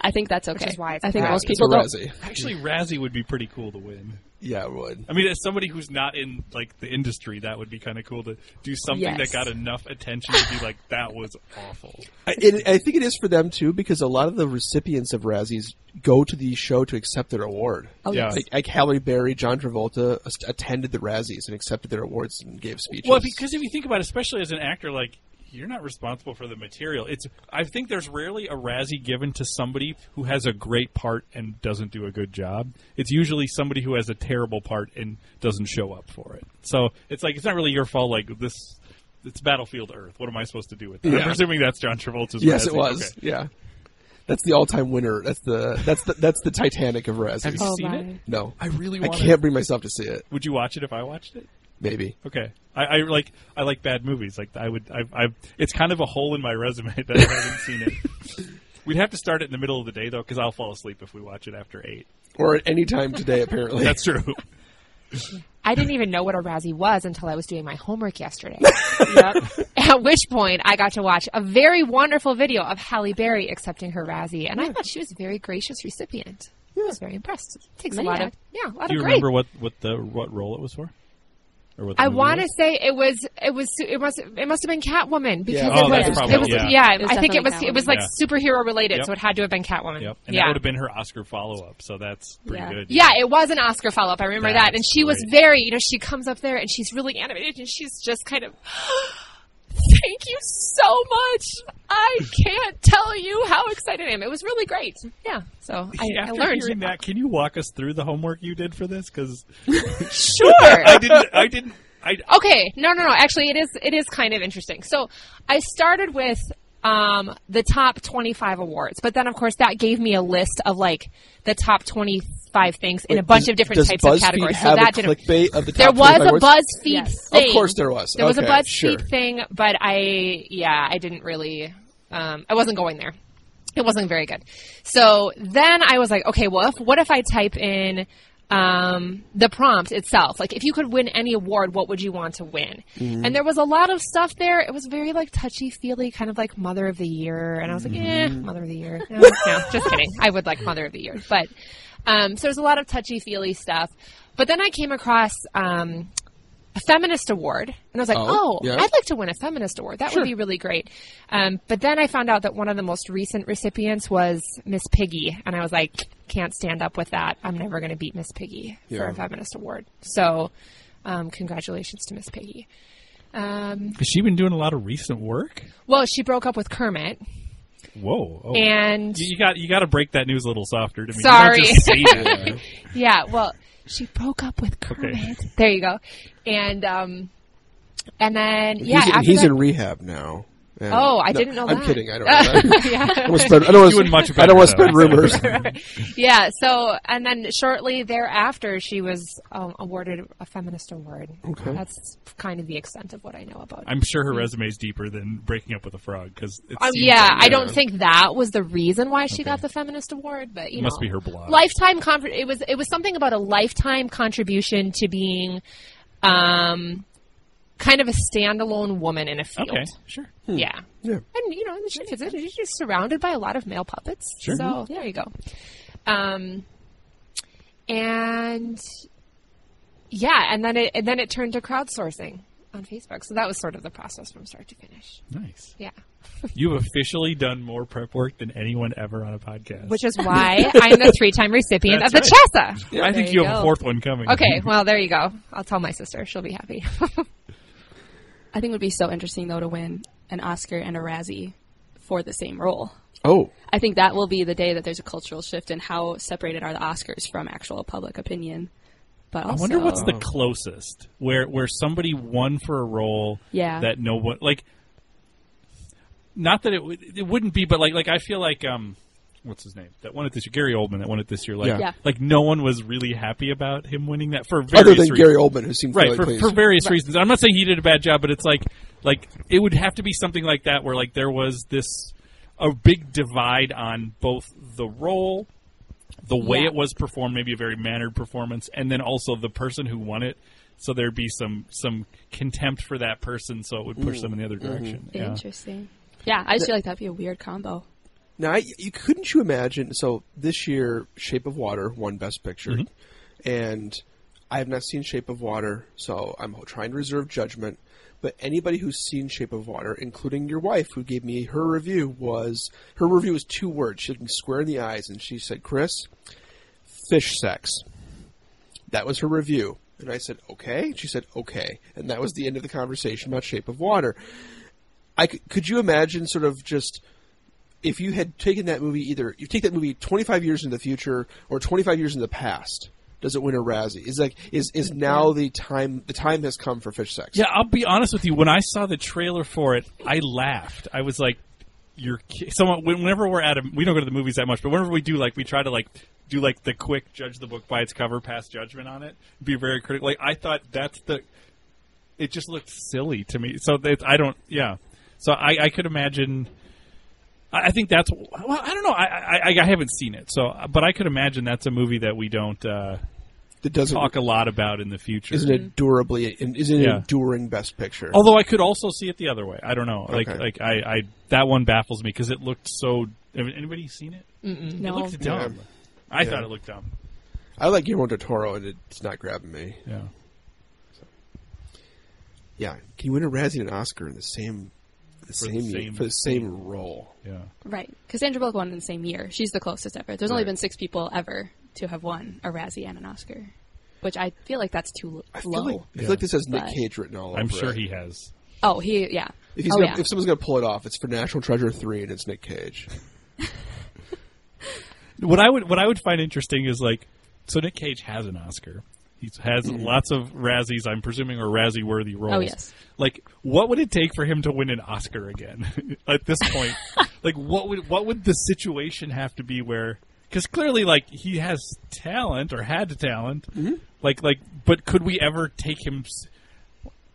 [SPEAKER 3] I think that's okay.
[SPEAKER 4] is why it's
[SPEAKER 3] I think
[SPEAKER 4] a
[SPEAKER 3] most
[SPEAKER 4] Razzie.
[SPEAKER 1] It's a
[SPEAKER 3] people don't.
[SPEAKER 1] Razzie.
[SPEAKER 2] actually, Razzie would be pretty cool to win.
[SPEAKER 1] Yeah, it would.
[SPEAKER 2] I mean, as somebody who's not in like the industry, that would be kind of cool to do something
[SPEAKER 3] Yes.
[SPEAKER 2] that got enough attention to be like that was awful.
[SPEAKER 1] I, and I think it is for them too because a lot of the recipients of Razzies go to the show to accept their award.
[SPEAKER 3] Oh,
[SPEAKER 2] Yeah.
[SPEAKER 3] yes.
[SPEAKER 1] Like, like Halle Berry, John Travolta as- attended the Razzies and accepted their awards and gave speeches.
[SPEAKER 2] Well, because if you think about, it, especially as an actor, like you're not responsible for the material. It's I think there's rarely a Razzie given to somebody who has a great part and doesn't do a good job. It's usually somebody who has a terrible part and doesn't show up for it. So it's like it's not really your fault. Like this, it's Battlefield Earth. What am I supposed to do with that?
[SPEAKER 1] Yeah.
[SPEAKER 2] I'm presuming that's John Travolta's.
[SPEAKER 1] yes, it
[SPEAKER 2] Razzie.
[SPEAKER 1] was.
[SPEAKER 2] Okay.
[SPEAKER 1] Yeah, that's the all-time winner. That's the that's the that's the Titanic of Razzies.
[SPEAKER 2] Have you
[SPEAKER 4] Oh,
[SPEAKER 2] seen
[SPEAKER 4] my.
[SPEAKER 2] it?
[SPEAKER 1] No,
[SPEAKER 2] I really
[SPEAKER 1] I
[SPEAKER 2] want.
[SPEAKER 1] can't bring myself to see it.
[SPEAKER 2] Would you watch it if I watched it?
[SPEAKER 1] Maybe.
[SPEAKER 2] Okay, I, I like I like bad movies. Like I would, I, I it's kind of a hole in my resume <laughs> that I haven't seen it. <laughs> We'd have to start it in the middle of the day though, because I'll fall asleep if we watch it after eight. <laughs>
[SPEAKER 1] Or at any time today, apparently.
[SPEAKER 2] That's true.
[SPEAKER 4] Oh, I didn't even know what a Razzie was until I was doing my
[SPEAKER 3] <laughs>
[SPEAKER 4] homework yesterday. yep. At which point, I got to watch a very wonderful video of Halle Berry accepting her Razzie, and I thought she was a very gracious recipient. I was very impressed. It takes
[SPEAKER 3] Many
[SPEAKER 4] a lot of
[SPEAKER 3] act-
[SPEAKER 4] yeah, a lot
[SPEAKER 2] Do you
[SPEAKER 4] of great.
[SPEAKER 2] remember what what the what role it was for? Or what the
[SPEAKER 4] I
[SPEAKER 2] movie
[SPEAKER 4] want to
[SPEAKER 2] was?
[SPEAKER 4] say it was it was it must it must have been Catwoman because
[SPEAKER 1] Yeah.
[SPEAKER 4] it,
[SPEAKER 2] Oh,
[SPEAKER 4] was,
[SPEAKER 2] that's probably
[SPEAKER 4] it was
[SPEAKER 2] what it was.
[SPEAKER 4] yeah,
[SPEAKER 3] It was
[SPEAKER 4] I think it was
[SPEAKER 3] definitely
[SPEAKER 4] it was like
[SPEAKER 2] Catwoman.
[SPEAKER 4] superhero related
[SPEAKER 2] Yep.
[SPEAKER 4] so it had to have been Catwoman.
[SPEAKER 2] Yep, and
[SPEAKER 4] yeah.
[SPEAKER 2] that would have been her Oscar follow up. So that's pretty
[SPEAKER 3] Yeah.
[SPEAKER 2] good.
[SPEAKER 4] Yeah, it was an Oscar follow up. I remember that.
[SPEAKER 2] That's
[SPEAKER 4] And she was
[SPEAKER 2] great.
[SPEAKER 4] very, you know, she comes up there and she's really animated and she's just kind of, <gasps> thank you so much. I can't tell you how excited I am. It was really great. Yeah. So I, I
[SPEAKER 2] After
[SPEAKER 4] learned.
[SPEAKER 2] hearing that, can you walk us through the homework you did for this? Because
[SPEAKER 4] Sure.
[SPEAKER 2] <laughs> I didn't. I didn't. I
[SPEAKER 4] okay. No, no, no. Actually, it is, it is kind of interesting. So I started with, um, the top 25 awards. But then, of course, that gave me a list of like the top 25 things in a bunch
[SPEAKER 1] Does-
[SPEAKER 4] of different
[SPEAKER 1] does
[SPEAKER 4] types
[SPEAKER 1] BuzzFeed
[SPEAKER 4] of categories. So
[SPEAKER 1] Have
[SPEAKER 4] that
[SPEAKER 1] a
[SPEAKER 4] didn't.
[SPEAKER 1] clickbait of the
[SPEAKER 4] There
[SPEAKER 1] top
[SPEAKER 4] was
[SPEAKER 1] 25
[SPEAKER 4] a
[SPEAKER 1] words?
[SPEAKER 4] BuzzFeed
[SPEAKER 3] Yes.
[SPEAKER 4] thing.
[SPEAKER 1] Of course, there was.
[SPEAKER 4] There was a
[SPEAKER 1] Okay,
[SPEAKER 4] BuzzFeed
[SPEAKER 1] sure.
[SPEAKER 4] thing, but I, yeah, I didn't really, um, I wasn't going there. It wasn't very good. So then I was like, okay, well, if, what if I type in um, the prompt itself? Like, if you could win any award, what would you want to win?
[SPEAKER 1] Mm-hmm.
[SPEAKER 4] And there was a lot of stuff there. It was very like touchy feely, kind of like Mother of the Year, and I was like, eh,
[SPEAKER 1] Mm-hmm.
[SPEAKER 4] Mother of the Year. <laughs> No, no, just kidding. I would like Mother of the Year, but um, so there's a lot of touchy feely stuff. But then I came across. Um, a feminist award, and I was like,
[SPEAKER 1] Oh,
[SPEAKER 4] "Oh,
[SPEAKER 1] yeah.
[SPEAKER 4] I'd like to win a feminist award. That would be really great." Um, but then I found out that one of the most recent recipients was Miss Piggy, and I was like, "Can't stand up with that. I'm never going to beat Miss Piggy for
[SPEAKER 1] Yeah.
[SPEAKER 4] a feminist award." So, um, congratulations to Miss Piggy. Um,
[SPEAKER 2] Has she been doing a lot of recent work?
[SPEAKER 4] well, she broke up with Kermit,
[SPEAKER 2] Whoa. Oh.
[SPEAKER 4] and
[SPEAKER 2] you, you got you got to break that news a little softer to me. You don't
[SPEAKER 4] Sorry.
[SPEAKER 2] just
[SPEAKER 4] <laughs>
[SPEAKER 2] say that.
[SPEAKER 4] Yeah, well, she broke up with Kermit. There you go. And um and then yeah,
[SPEAKER 1] he's, in-
[SPEAKER 4] after
[SPEAKER 1] he's
[SPEAKER 4] that-
[SPEAKER 1] in rehab now. And-
[SPEAKER 4] Oh, I
[SPEAKER 1] no,
[SPEAKER 4] didn't know
[SPEAKER 1] I'm
[SPEAKER 4] that.
[SPEAKER 1] kidding. I don't.
[SPEAKER 4] <laughs>
[SPEAKER 1] Know. I
[SPEAKER 4] yeah.
[SPEAKER 1] don't wanna spread- I don't
[SPEAKER 2] You would
[SPEAKER 1] want
[SPEAKER 2] much
[SPEAKER 1] to. I don't want to
[SPEAKER 2] better
[SPEAKER 1] spread rumors.
[SPEAKER 2] <laughs>
[SPEAKER 4] yeah, so and then shortly thereafter she was um, awarded a feminist award.
[SPEAKER 1] Okay.
[SPEAKER 4] That's kind of the extent of what I know about. it.
[SPEAKER 2] I'm sure her resume is deeper than breaking up with a frog because
[SPEAKER 4] Um, yeah, I
[SPEAKER 2] uh,
[SPEAKER 4] don't think that was the reason why she got the feminist award, but you
[SPEAKER 2] Must
[SPEAKER 4] know,
[SPEAKER 2] be her blog.
[SPEAKER 4] Lifetime con- it was it was something about a lifetime contribution to being um kind of a standalone woman in a field.
[SPEAKER 2] Okay, Hmm. sure.
[SPEAKER 4] Yeah.
[SPEAKER 1] Yeah.
[SPEAKER 4] And you know, she fits in. She's just surrounded by a lot of male puppets.
[SPEAKER 2] Sure.
[SPEAKER 4] So there you go. Um, and yeah, and then it and then it turned to crowdsourcing on Facebook. So that was sort of the process from start to finish.
[SPEAKER 2] Nice.
[SPEAKER 4] Yeah.
[SPEAKER 2] You've officially done more prep work than anyone ever on a podcast.
[SPEAKER 4] Which is why I'm the three time recipient of the
[SPEAKER 2] That's
[SPEAKER 4] Chassa.
[SPEAKER 2] I think
[SPEAKER 4] There
[SPEAKER 2] you, have
[SPEAKER 4] go.
[SPEAKER 2] a fourth one coming. <laughs>
[SPEAKER 4] Okay, well there you go. I'll tell my sister. She'll be happy. <laughs>
[SPEAKER 3] I think it would be so interesting though to win an Oscar and a Razzie for the same role.
[SPEAKER 1] Oh,
[SPEAKER 3] I think that will be the day that there's a cultural shift in how separated are the Oscars from actual public opinion. But
[SPEAKER 2] I
[SPEAKER 3] also,
[SPEAKER 2] wonder what's the closest where where somebody won for a role
[SPEAKER 3] Yeah.
[SPEAKER 2] that no one like. Not that it would it wouldn't be, but like like I feel like um, what's his name that won it this year, Gary Oldman that won it this year. Like
[SPEAKER 1] Yeah.
[SPEAKER 3] Yeah.
[SPEAKER 2] like no one was really happy about him winning that for various
[SPEAKER 1] other than
[SPEAKER 2] reasons.
[SPEAKER 1] Gary Oldman, who seems
[SPEAKER 2] right
[SPEAKER 1] really
[SPEAKER 2] for,
[SPEAKER 1] pleased.
[SPEAKER 2] for various reasons. I'm not saying he did a bad job, but it's like like it would have to be something like that where like there was this a big divide on both the role, the way
[SPEAKER 3] Yeah.
[SPEAKER 2] it was performed, maybe a very mannered performance, and then also the person who won it. So there'd be some some contempt for that person, so it would push them in the
[SPEAKER 1] Mm-hmm.
[SPEAKER 2] other direction. Yeah.
[SPEAKER 3] interesting. Yeah, I just feel like that'd be a weird combo.
[SPEAKER 1] Now, I, you couldn't you imagine? So this year, Shape of Water won Best Picture, and I have not seen Shape of Water, so I'm trying to reserve judgment. But anybody who's seen Shape of Water, including your wife, who gave me her review, was her review was two words. She looked me square in the eyes, and she said, "Chris, fish sex." That was her review. And I said, okay. She said, okay. And that was the end of the conversation about Shape of Water. I c- could you imagine sort of just if you had taken that movie either you take that movie 25 years into the future or 25 years in the past does it win a Razzie? Is like is is now the time the time has come for fish sex?
[SPEAKER 2] Yeah, I'll be honest with you. When I saw the trailer for it, I laughed. I was like, "You're ki-. someone." when- Whenever we're at a, we don't go to the movies that much, but whenever we do, like, we try to like do like the quick judge the book by its cover, pass judgment on it, be very critical. Like, I thought that's the. It just looked silly to me. So that I don't. Yeah. So I, I could imagine. I I think that's well. I don't know. I, I I- I haven't seen it, so but I could imagine that's a movie that we don't uh,
[SPEAKER 1] That doesn't
[SPEAKER 2] talk a lot about in the future.
[SPEAKER 1] isn't adorably isn't an
[SPEAKER 2] Yeah. Oh.
[SPEAKER 1] enduring best picture.
[SPEAKER 2] Although I could also see it the other way. I don't know. Like
[SPEAKER 1] Okay.
[SPEAKER 2] like I, I that one baffles me because it looked so. have Anybody seen it?
[SPEAKER 3] No,
[SPEAKER 2] It looked dumb.
[SPEAKER 1] Yeah.
[SPEAKER 2] I
[SPEAKER 1] Yeah.
[SPEAKER 2] thought it looked dumb.
[SPEAKER 1] I like Guillermo del Toro and it's not grabbing me.
[SPEAKER 2] Yeah.
[SPEAKER 1] Yeah, can you win a Razzie and an Oscar in the same the
[SPEAKER 2] the
[SPEAKER 1] same, year-
[SPEAKER 2] same-
[SPEAKER 1] for the same role?
[SPEAKER 2] Yeah.
[SPEAKER 3] right? Because Sandra Bullock won in the same year. She's the closest ever. There's only
[SPEAKER 1] Right.
[SPEAKER 3] been six people ever to have won a Razzie and an Oscar, which I feel like that's too l-
[SPEAKER 1] I feel
[SPEAKER 3] low.
[SPEAKER 1] like I feel like this has Nick
[SPEAKER 3] But-
[SPEAKER 1] Cage written all over.
[SPEAKER 2] I'm sure
[SPEAKER 1] it.
[SPEAKER 2] he has.
[SPEAKER 3] oh, he yeah.
[SPEAKER 1] If, he's
[SPEAKER 3] oh,
[SPEAKER 1] gonna,
[SPEAKER 3] yeah.
[SPEAKER 1] if someone's going to pull it off, it's for National Treasure three, and it's Nick Cage.
[SPEAKER 2] What I would what I would find interesting is like so Nick Cage has an Oscar. He has lots of Razzies, I'm presuming, or Razzie worthy roles.
[SPEAKER 3] yes.
[SPEAKER 2] Like, what would it take for him to win an Oscar again <laughs> at this point? like, what would what would the situation have to be where? Because clearly, like, he has talent or had talent. Like, like, but could we ever take him? s-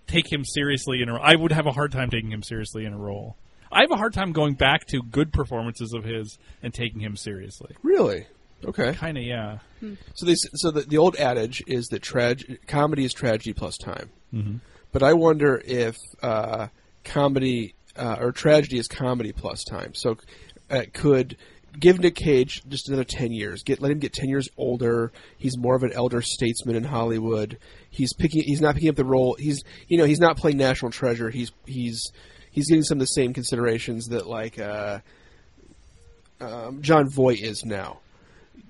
[SPEAKER 2] take him seriously in a I would have a hard time taking him seriously in a role. I have a hard time going back to good performances of his and taking him seriously.
[SPEAKER 1] Really? Okay.
[SPEAKER 2] Kind of, yeah.
[SPEAKER 1] So they s- so the, the old adage is that tragedy comedy is tragedy plus time. Mm-hmm. But I wonder if uh, comedy uh, or tragedy is comedy plus time. So uh, could give Nick Cage just another ten years. Get let him get ten years older. He's more of an elder statesman in Hollywood. He's picking. He's not picking up the role. He's you know he's not playing national treasure. He's he's he's getting some of the same considerations that like. Uh, um, John Voight is now.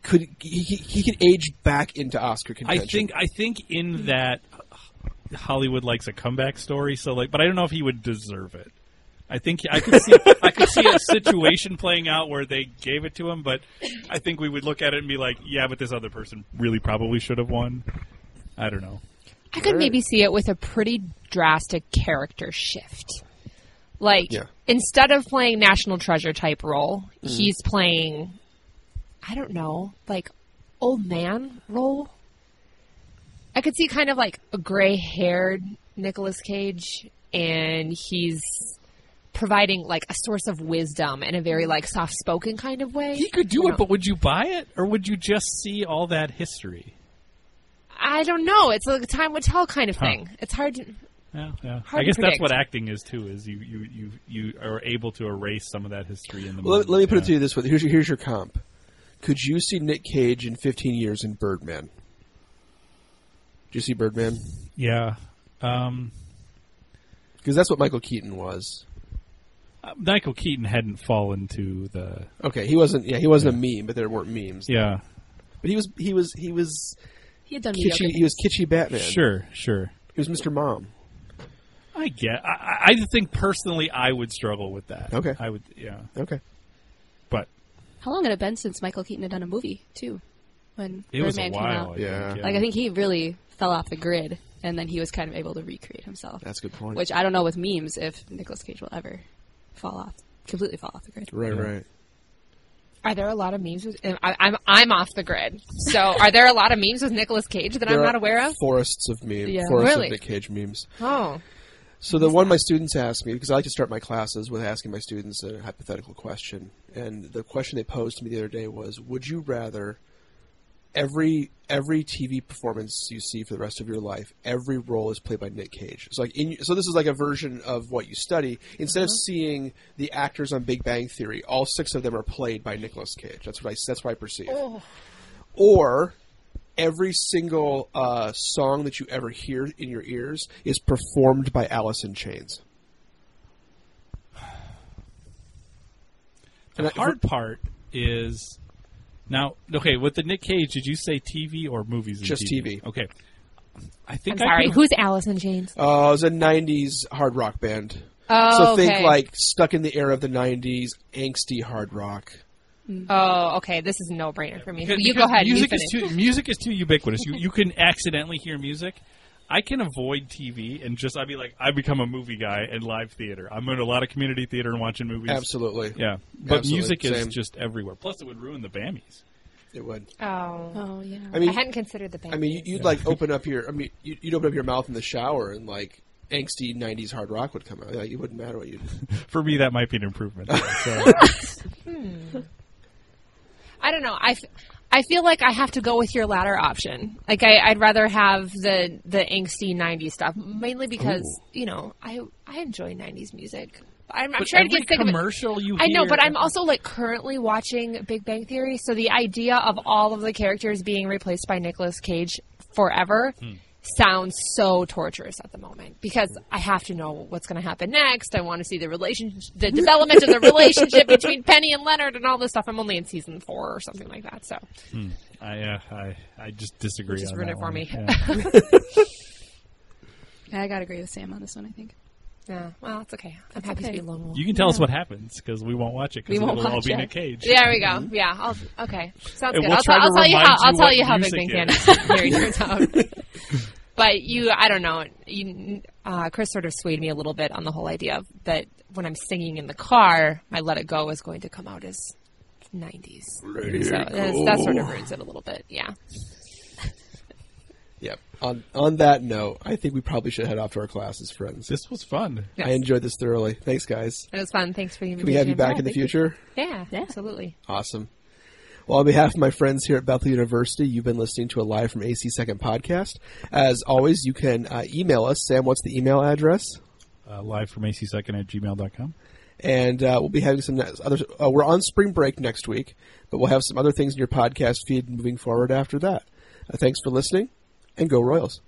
[SPEAKER 1] Could he, he, he could age back into Oscar
[SPEAKER 2] I
[SPEAKER 1] contention?
[SPEAKER 2] think I think in that uh, Hollywood likes a comeback story, so like, but I don't know if he would deserve it. I think I could see I could see
[SPEAKER 1] <laughs>
[SPEAKER 2] a situation playing out where they gave it to him, but I think we would look at it and be like, yeah, but this other person really probably should have won. I don't know.
[SPEAKER 4] I could maybe see it with a pretty drastic character shift. Like
[SPEAKER 1] Yeah.
[SPEAKER 4] instead of playing national treasure type role,
[SPEAKER 2] Mm-hmm.
[SPEAKER 4] he's playing I don't know, like old man role. I could see kind of like a gray-haired Nicolas Cage and he's providing like a source of wisdom in a very like soft-spoken kind of way.
[SPEAKER 2] He could do
[SPEAKER 4] I
[SPEAKER 2] it, but would you buy it, or would you just see all that history?
[SPEAKER 4] I don't know. It's like a time would tell kind of thing. It's hard to
[SPEAKER 2] Yeah, yeah.
[SPEAKER 4] Hard
[SPEAKER 2] I
[SPEAKER 4] to
[SPEAKER 2] guess that's
[SPEAKER 4] predict.
[SPEAKER 2] what acting is too. Is you you you you are able to erase some of that history in the.
[SPEAKER 1] Well, let,
[SPEAKER 2] moment.
[SPEAKER 1] let me put it
[SPEAKER 2] Yeah.
[SPEAKER 1] to you this way: here's your, here's your comp. Could you see Nick Cage in 15 years in Birdman? Did you see Birdman?
[SPEAKER 2] Yeah. Um,
[SPEAKER 1] Because that's what Michael Keaton was.
[SPEAKER 2] uh, Michael Keaton hadn't fallen to the.
[SPEAKER 1] Okay, he wasn't. Yeah, he wasn't a meme, but there weren't memes.
[SPEAKER 2] Yeah.
[SPEAKER 1] But he was. He was. He was
[SPEAKER 3] He had done
[SPEAKER 1] kitschy.
[SPEAKER 3] mediocre.
[SPEAKER 1] He was kitschy Batman.
[SPEAKER 2] Sure. Sure.
[SPEAKER 1] He was Mr. Mom.
[SPEAKER 2] I get. I- I, I think personally, I would struggle with that.
[SPEAKER 1] Okay.
[SPEAKER 2] I would. Yeah.
[SPEAKER 1] Okay.
[SPEAKER 2] But
[SPEAKER 3] How long had it been since Michael Keaton had done a movie too? When
[SPEAKER 2] it was a
[SPEAKER 3] Birdman
[SPEAKER 2] while.
[SPEAKER 3] came out,
[SPEAKER 2] I
[SPEAKER 1] Yeah.
[SPEAKER 2] Think,
[SPEAKER 3] like I think he really fell off the grid, and then he was kind of able to recreate himself.
[SPEAKER 1] That's a good point.
[SPEAKER 3] Which I don't know with memes if Nicolas Cage will ever fall off, completely fall off the grid.
[SPEAKER 1] right. Right.
[SPEAKER 4] Are there a lot of memes with? I, I'm I'm off the grid. So are there a lot of memes with Nicolas Cage that I'm
[SPEAKER 1] There
[SPEAKER 4] not
[SPEAKER 1] are
[SPEAKER 4] aware of?
[SPEAKER 1] Forests of memes.
[SPEAKER 3] Yeah.
[SPEAKER 1] Forests
[SPEAKER 4] Really?
[SPEAKER 1] of Nick Cage memes.
[SPEAKER 4] Oh,
[SPEAKER 1] So the one my students ask me, because I like to start my classes with asking my students a hypothetical question, and the question they posed to me the other day was, "Would you rather every every TV performance you see for the rest of your life, every role is played by Nick Cage?" So like, in, so this is like a version of what you study. Instead of seeing the actors on Big Bang Theory, all six of them are played by Nicolas Cage. That's what I that's what I perceive.
[SPEAKER 4] Oh.
[SPEAKER 1] Or every single uh, song that you ever hear in your ears is performed by Alice in Chains.
[SPEAKER 2] The hard part is now. Okay, with the Nick Cage, did you say TV or movies? and
[SPEAKER 1] Just TV.
[SPEAKER 2] Okay. I
[SPEAKER 4] I'm
[SPEAKER 2] think I
[SPEAKER 4] sorry.
[SPEAKER 2] could-
[SPEAKER 4] Who's Allison James?
[SPEAKER 1] Uh, it was a '90s hard rock band.
[SPEAKER 4] Oh,
[SPEAKER 1] so think
[SPEAKER 4] okay.
[SPEAKER 1] like stuck in the era of the '90s, angsty hard rock.
[SPEAKER 4] Oh, okay. This is a no brainer for me.
[SPEAKER 2] <laughs> Because-
[SPEAKER 4] you go
[SPEAKER 2] because
[SPEAKER 4] ahead.
[SPEAKER 2] Music
[SPEAKER 4] you
[SPEAKER 2] is
[SPEAKER 4] finish.
[SPEAKER 2] too music is too ubiquitous. You you can accidentally hear music. I can avoid TV and just I'd be like I become a movie guy and live theater. I'm in a lot of community theater and watching movies.
[SPEAKER 1] Absolutely,
[SPEAKER 2] Yeah, but
[SPEAKER 1] Absolutely.
[SPEAKER 2] music
[SPEAKER 1] Same.
[SPEAKER 2] is just everywhere. Plus, it would ruin the Bammies.
[SPEAKER 1] it would.
[SPEAKER 4] Oh,
[SPEAKER 3] Oh yeah.
[SPEAKER 1] I mean,
[SPEAKER 4] I hadn't considered the band.
[SPEAKER 1] I mean, you- you'd like open up your. I mean, you- you'd open up your mouth in the shower and like angsty '90s hard rock would come out. Like, it wouldn't matter what you.
[SPEAKER 2] For me, that might be an improvement. <laughs> So,
[SPEAKER 4] Hmm. I don't know. I, f- I feel like I have to go with your latter option. Like I, I'd rather have the the angsty '90s stuff, mainly because you know I I enjoy '90s music. I'm, I'm
[SPEAKER 2] But
[SPEAKER 4] trying to
[SPEAKER 2] every
[SPEAKER 4] get sick of it.
[SPEAKER 2] commercial you.
[SPEAKER 4] I know,
[SPEAKER 2] hear-
[SPEAKER 4] but I'm also like currently watching Big Bang Theory, so the idea of all of the characters being replaced by Nicolas Cage forever sounds so torturous at the moment because I have to know what's going to happen next. I want to see the relationship, the development of the relationship between Penny and Leonard, and all this stuff. I'm only in season four or something like that, so
[SPEAKER 2] I uh, I I just disagree.
[SPEAKER 4] just
[SPEAKER 2] on
[SPEAKER 4] ruined
[SPEAKER 2] that
[SPEAKER 4] <laughs> it for
[SPEAKER 2] one.
[SPEAKER 4] me.
[SPEAKER 2] Yeah.
[SPEAKER 3] I gotta agree with Sam on this one. I think
[SPEAKER 4] Yeah. Well, it's okay. I'm happy
[SPEAKER 3] okay.
[SPEAKER 4] to be a lone wolf.
[SPEAKER 2] You can tell us what happens because we won't watch it
[SPEAKER 4] We
[SPEAKER 2] because
[SPEAKER 4] won't
[SPEAKER 2] it'll all
[SPEAKER 4] watch
[SPEAKER 2] be in
[SPEAKER 4] it.
[SPEAKER 2] a cage.
[SPEAKER 4] There we go. Yeah. I'll, okay.
[SPEAKER 2] Mm-hmm. And
[SPEAKER 4] Sounds good.
[SPEAKER 2] we'll
[SPEAKER 4] I'll,
[SPEAKER 2] try
[SPEAKER 4] tell-
[SPEAKER 2] to
[SPEAKER 4] I'll tell you
[SPEAKER 2] remind
[SPEAKER 4] how.
[SPEAKER 2] you
[SPEAKER 4] I'll tell
[SPEAKER 2] what
[SPEAKER 4] you how Big
[SPEAKER 2] music
[SPEAKER 4] Bang Theory
[SPEAKER 2] is.
[SPEAKER 4] <laughs> turns out.
[SPEAKER 2] <laughs>
[SPEAKER 4] But you, I don't know. You, uh, Chris sort of swayed me a little bit on the whole idea of that when I'm singing in the car, my "Let It Go" is going to come out as '90s. so that's, that sort of ruins it a little bit. Yeah.
[SPEAKER 1] Yep. On on that note, I think we probably should head off to our classes, friends.
[SPEAKER 2] This was fun.
[SPEAKER 4] Yes.
[SPEAKER 1] I enjoyed this thoroughly. Thanks, guys.
[SPEAKER 4] It was fun. Thanks for the
[SPEAKER 1] Can we have you back
[SPEAKER 3] Yeah,
[SPEAKER 1] in the
[SPEAKER 3] thank you.
[SPEAKER 1] future?
[SPEAKER 4] Yeah,
[SPEAKER 3] Yeah.
[SPEAKER 4] absolutely.
[SPEAKER 1] Awesome. Well, on behalf of my friends here at Bethel University, you've been listening to a live from AC Second podcast. As always, you can uh, email us. Sam, what's the email address?
[SPEAKER 2] Uh, live from AC2nd at gmail.com.
[SPEAKER 1] and uh, we'll be having some next- other. Uh, we're on spring break next week, but we'll have some other things in your podcast feed moving forward after that. Uh, thanks for listening, and go Royals.